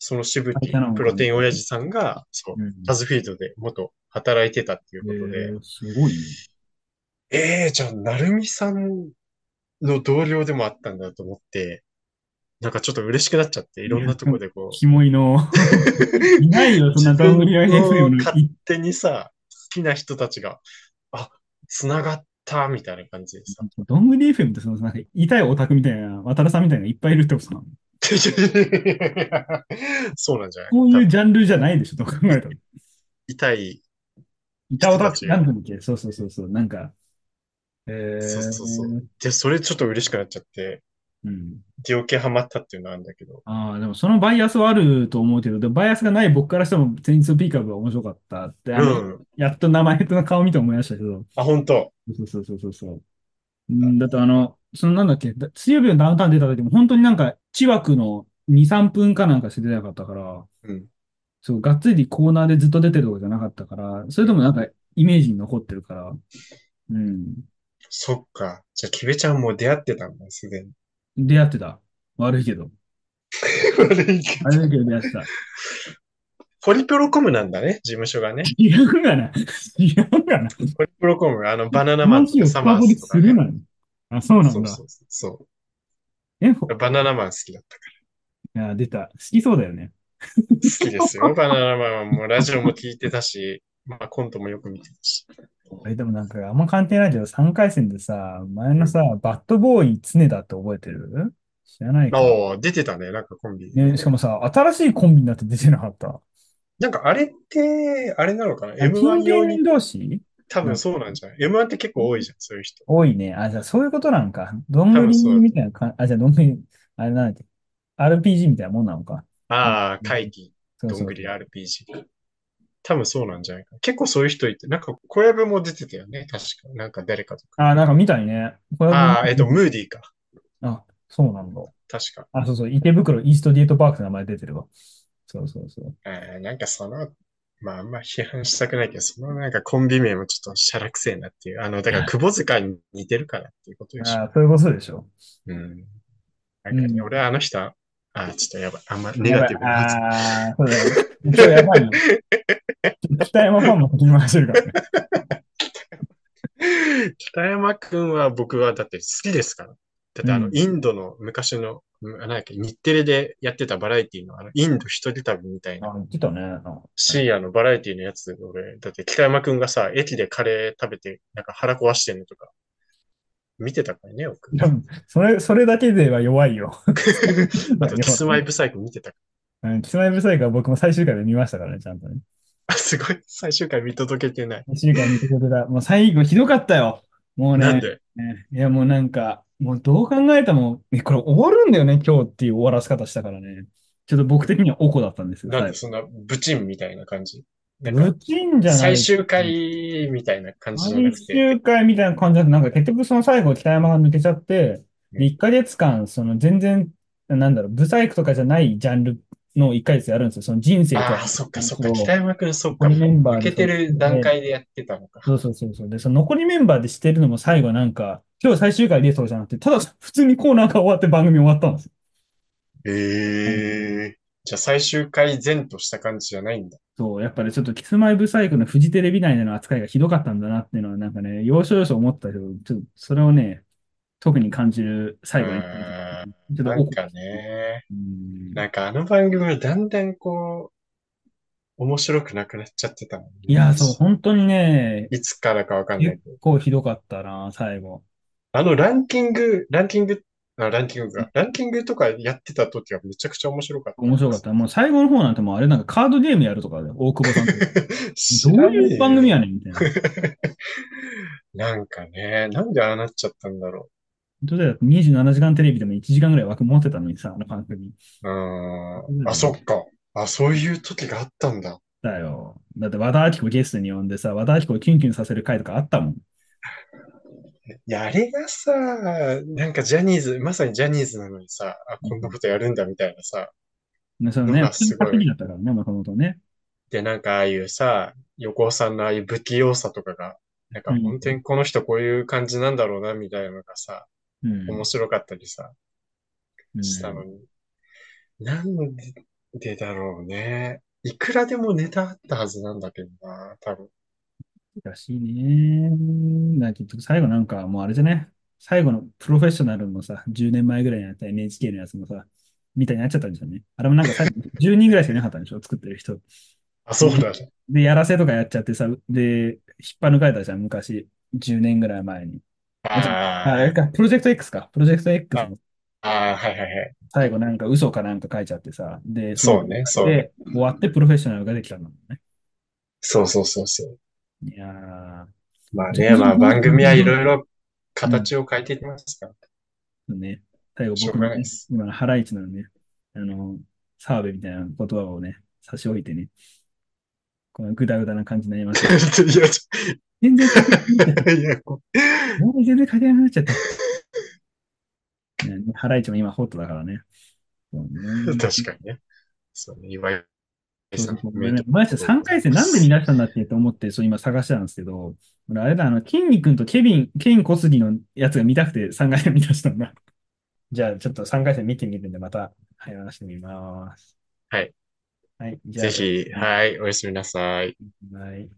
[SPEAKER 2] その渋
[SPEAKER 1] 書い
[SPEAKER 2] 木
[SPEAKER 1] たのかな
[SPEAKER 2] プロテイン親父さんが、そう、
[SPEAKER 1] うん
[SPEAKER 2] バズフィードで元働いてたっていうことで、
[SPEAKER 1] えーすごいね。
[SPEAKER 2] ええじゃあ、なるみさんの同僚でもあったんだと思って、なんかちょっと嬉しくなっちゃって、いろんなとこでこう、 <laughs>
[SPEAKER 1] キモいの。いないよ、そんなダブリア FM の
[SPEAKER 2] 勝
[SPEAKER 1] 一
[SPEAKER 2] 手にさ、きな人たちが、あ、繋がった、みたいな感じでさ。 <laughs>
[SPEAKER 1] ドングリ FM ってその、なんか、痛いオタクみたいな、渡さんみたいなのがいっぱいいるってこと
[SPEAKER 2] <laughs>
[SPEAKER 1] なの
[SPEAKER 2] そうなんじゃない
[SPEAKER 1] こういうジャンルじゃないでしょ、と考えたら。
[SPEAKER 2] 痛い。
[SPEAKER 1] 痛オタク、なんだっけそうそうそうそう、なんか、えー、
[SPEAKER 2] そうそうそで、それちょっと嬉しくなっちゃって、
[SPEAKER 1] うん。
[SPEAKER 2] ディオ系ハマったっていうのはあるんだけど。
[SPEAKER 1] ああ、でもそのバイアスはあると思うけど、でもバイアスがない僕からしても、先日のピーカブは面白かったって、あ
[SPEAKER 2] う
[SPEAKER 1] の、
[SPEAKER 2] ん。
[SPEAKER 1] やっと名前と顔見て思い出したけど、
[SPEAKER 2] あ、本当
[SPEAKER 1] そうそうそうそうそう。うん、だとあの、そのなんだっけ、だ水曜日のダウンタウン出た時も本当になんか、千枠の2、3分かなんかしか出なかったから、
[SPEAKER 2] うん。
[SPEAKER 1] そう、がっつりコーナーでずっと出てるとかじゃなかったから、それともなんかイメージに残ってるから、うん、
[SPEAKER 2] そっか。じゃあ、キベちゃんもう出会ってたんだ、すでに。
[SPEAKER 1] <laughs> 出会ってた。悪いけど。
[SPEAKER 2] 悪いけど
[SPEAKER 1] 悪いけど出会ってた。
[SPEAKER 2] ポリプロコムなんだね、事務所
[SPEAKER 1] <laughs>
[SPEAKER 2] がね。
[SPEAKER 1] 違うがな。違うがな。
[SPEAKER 2] ポリプロコム、あの、バナナマンと
[SPEAKER 1] 話
[SPEAKER 2] か
[SPEAKER 1] を
[SPEAKER 2] サマ
[SPEAKER 1] 深
[SPEAKER 2] ー
[SPEAKER 1] 掘り
[SPEAKER 2] ズと
[SPEAKER 1] す <laughs>
[SPEAKER 2] か
[SPEAKER 1] る
[SPEAKER 2] ね。
[SPEAKER 1] なに。あ、そうなん
[SPEAKER 2] そう
[SPEAKER 1] だ
[SPEAKER 2] そ。うそうそ
[SPEAKER 1] え、ほ
[SPEAKER 2] う。バナナマン好きだったか
[SPEAKER 1] あ、出た。好きそうだよね。
[SPEAKER 2] ら。好きですよ。バナナマンはもうラジオも聞いて
[SPEAKER 1] <laughs>
[SPEAKER 2] たし、まあコントもよく見てたし。
[SPEAKER 1] え、でもなんか、あんま関係ないけど、3回戦でさ、前のさ、バッドボーイ常だって覚えてる知らないか。
[SPEAKER 2] ああ、出てたね、なんかコンビ。
[SPEAKER 1] ね、しかもさ、新しいコンビになって出てなかった。
[SPEAKER 2] なんかあれって、あれなのかな ?M1
[SPEAKER 1] 金芸
[SPEAKER 2] 用
[SPEAKER 1] 人
[SPEAKER 2] に、
[SPEAKER 1] 同士
[SPEAKER 2] 多分そうなんじゃない ?M1 って結構多いじゃん、そういう人。
[SPEAKER 1] 多いね。あ、じゃあそういうことなんか。どんぐ
[SPEAKER 2] 多分
[SPEAKER 1] り
[SPEAKER 2] そう
[SPEAKER 1] みたいなか、あ、じゃあどんぐり、あれなんだっけ。RPG みたいなもんなのか。
[SPEAKER 2] ああ、会議、
[SPEAKER 1] そう
[SPEAKER 2] どん
[SPEAKER 1] そう
[SPEAKER 2] ぐり RPG。多分そうなんじゃないか。結構そういう人いて、なんか小籔も出てたよね、確か。なんか誰かとか。
[SPEAKER 1] あ、なんか見たいね。これ
[SPEAKER 2] ああ、えっと、ムーディーか。
[SPEAKER 1] あ、そうなんだ。
[SPEAKER 2] 確か。
[SPEAKER 1] あ、そうそう、池袋イーストゲートパークって名前出てるわ。そうそうそう。
[SPEAKER 2] えーなんかその、まああんま批判したくないけど、そのなんかコンビ名もちょっとしゃらくせえなっていう。あの、だから窪塚に似てるからっていうことでしょ。
[SPEAKER 1] あそういうことでしょ。
[SPEAKER 2] うん。なんかね、
[SPEAKER 1] うん
[SPEAKER 2] 俺はあの人は、あー、ちょっとやばい。あんまネ
[SPEAKER 1] や
[SPEAKER 2] ガ
[SPEAKER 1] ば
[SPEAKER 2] テ
[SPEAKER 1] い
[SPEAKER 2] ィブなやつ。
[SPEAKER 1] ああ、そうだよ。今日やばいよ。
[SPEAKER 2] <laughs>
[SPEAKER 1] 北山ファンも敵に回してるからね。
[SPEAKER 2] 北山くんは僕はだって好きですから。だってあの
[SPEAKER 1] う、ん
[SPEAKER 2] インドの昔の、うんなんだっけ、日テレでやってたバラエティの、あの、インド一人旅みたいな、
[SPEAKER 1] あ、言ってたね。なんか
[SPEAKER 2] 深夜のバラエティのやつで俺、だって北山くんがさ、駅でカレー食べて、なんか腹壊してんのとか、見てたからね、よく。
[SPEAKER 1] 多分それ、それだけでは弱いよ。
[SPEAKER 2] <laughs> あと、キスマイブサイク見てたか
[SPEAKER 1] <laughs> うん、キスマイブサイクは僕も最終回で見ましたからね、ちゃんとね。
[SPEAKER 2] ら。あ、 <laughs> すごい。最終回見届けてない。
[SPEAKER 1] 最終回見てくれた。もう最後ひどかったよ。もう
[SPEAKER 2] なん
[SPEAKER 1] ね、
[SPEAKER 2] で
[SPEAKER 1] ねいやもうなんか、もうどう考えても、え、これ終わるんだよね、今日っていう終わらせ方したからね。ちょっと僕的にはおこだったんですよ。
[SPEAKER 2] なんでそんな、ブチンみたいな感じ。なんか
[SPEAKER 1] ぶちんじゃない。
[SPEAKER 2] 最終回みたいな感じじゃな
[SPEAKER 1] 最
[SPEAKER 2] くて。
[SPEAKER 1] 終回みたいな感じだと、なんか結局その最後、北山が抜けちゃって、で1ヶ月間、その全然、なんだろう、ブサイクとかじゃないジャンルの1ヶ月やるんですよ。その人生と
[SPEAKER 2] ああ、そっかそっか。
[SPEAKER 1] そう
[SPEAKER 2] 北山くん、そっか。
[SPEAKER 1] このメンバー
[SPEAKER 2] 抜
[SPEAKER 1] で
[SPEAKER 2] けてる段階でやってたのか。
[SPEAKER 1] そうそうそうそう。で、その残りメンバーでしてるのも最後なんか、今日最終回ですとかじゃなくて、ただ普通にコーナーが終わって番組終わったんですよ。
[SPEAKER 2] ええ。じゃあ最終回前とした感じじゃないんだ。
[SPEAKER 1] そう、やっぱりちょっとキスマイブサイクのフジテレビ内での扱いがひどかったんだなっていうのは、なんかね、要所要所思ったけど、ちょっとそれをね、特に感じる最後に。
[SPEAKER 2] うん
[SPEAKER 1] ちょっと
[SPEAKER 2] な
[SPEAKER 1] お
[SPEAKER 2] んかね、
[SPEAKER 1] うん
[SPEAKER 2] なんかあの番組だんだんこう、面白くなくなっちゃってたもんね
[SPEAKER 1] いや、そう、本当にね、
[SPEAKER 2] いつからかわかんない
[SPEAKER 1] 結
[SPEAKER 2] けど。
[SPEAKER 1] 構ひどかったな、最後。
[SPEAKER 2] あのランキング、ランキング、あランキングか。ランキングとかやってた時はめちゃくちゃ面白かった。
[SPEAKER 1] 面白かった。もう最後の方なんてもうあれなんかカードゲームやるとかだよ、大久保さんと。
[SPEAKER 2] <laughs> 知
[SPEAKER 1] ど
[SPEAKER 2] ら
[SPEAKER 1] う
[SPEAKER 2] ねえよ
[SPEAKER 1] いう番組やねんみたいな。
[SPEAKER 2] なんかね、なんでああなっちゃったんだろ
[SPEAKER 1] どうだよ、27時間テレビでも1時間ぐらい枠持ってたのにさ、あの番組。
[SPEAKER 2] う。う
[SPEAKER 1] うん
[SPEAKER 2] ん。あ、そっか。あ、そういう時があったんだ。
[SPEAKER 1] だよ。だって和田アキ子ゲストに呼んでさ、和田アキ子をキュンキュンさせる回とかあったもん。
[SPEAKER 2] いや、あれがさ、なんかジャニーズ、まさにジャニーズなのにさ、あ、こんなことやるんだみたいなさ。
[SPEAKER 1] ね、そのね、
[SPEAKER 2] うわすごい
[SPEAKER 1] 国家的だったからね、もともとね。
[SPEAKER 2] で、なんかああいうさ、横尾さんのああいう不器用さとかが、なんか
[SPEAKER 1] うん
[SPEAKER 2] 本当にこの人こういう感じなんだろうなみたいなのがさ、
[SPEAKER 1] うん。
[SPEAKER 2] 面白かったりさ、
[SPEAKER 1] うん
[SPEAKER 2] したのに。なんででだろうね。いくらでもネタあったはずなんだけどな、多分。
[SPEAKER 1] 難しいね。な結局最後なんか、もうあれじゃね。最後のプロフェッショナルのさ、10年前ぐらいにあった NHK <laughs> のやつもさ、みたいになっちゃったんじゃね。あれもなんか最後10人ぐらいしかいなかったんでしょ作ってる人。
[SPEAKER 2] あ、そうなんだ。
[SPEAKER 1] で、やらせとかやっちゃってさ、で、引っぱ抜かれたじゃん、昔。10年ぐらい前に。あ、あ
[SPEAKER 2] あ
[SPEAKER 1] れか、プロジェクト X か。プロジェクト X の
[SPEAKER 2] あ、ああ、はいはいはい。
[SPEAKER 1] 最後なんか嘘かなんか書いちゃってさ、で、
[SPEAKER 2] そうね、そうね。
[SPEAKER 1] で、終わってプロフェッショナルができたんだもんね。
[SPEAKER 2] そうそうそうそう。
[SPEAKER 1] いやー、
[SPEAKER 2] まあね、まあ番組はいろいろ形を変えていきますから。
[SPEAKER 1] ね、最後
[SPEAKER 2] しょ
[SPEAKER 1] 僕
[SPEAKER 2] うが
[SPEAKER 1] の
[SPEAKER 2] ない
[SPEAKER 1] ね
[SPEAKER 2] です、
[SPEAKER 1] 今のハライチのね、あの、澤部みたいな言葉をね、差し置いてね、このグダグダな感じになり
[SPEAKER 2] <laughs>
[SPEAKER 1] ましたけど。
[SPEAKER 2] <laughs> いや、ち
[SPEAKER 1] 全然、
[SPEAKER 2] ょいや、こ
[SPEAKER 1] もう全然書けなくなっちゃった。ねハライチも今ホットだからね。そうね
[SPEAKER 2] 確かにね。そうね、岩井さん
[SPEAKER 1] そうそう
[SPEAKER 2] 名
[SPEAKER 1] ね
[SPEAKER 2] 曲
[SPEAKER 1] マジで3回戦なんで見出したんだっけと思って、そう今探してたんですけど、俺あれだ、あの、筋肉とケビン、ケイン小杉のやつが見たくて3回戦見出したんだ。 <laughs> じゃあ、ちょっと3回戦見てみるんで、また、はい、話してみます。
[SPEAKER 2] はい。
[SPEAKER 1] はい、じゃあ
[SPEAKER 2] ぜひ、はい、おやすみなさい。
[SPEAKER 1] はい。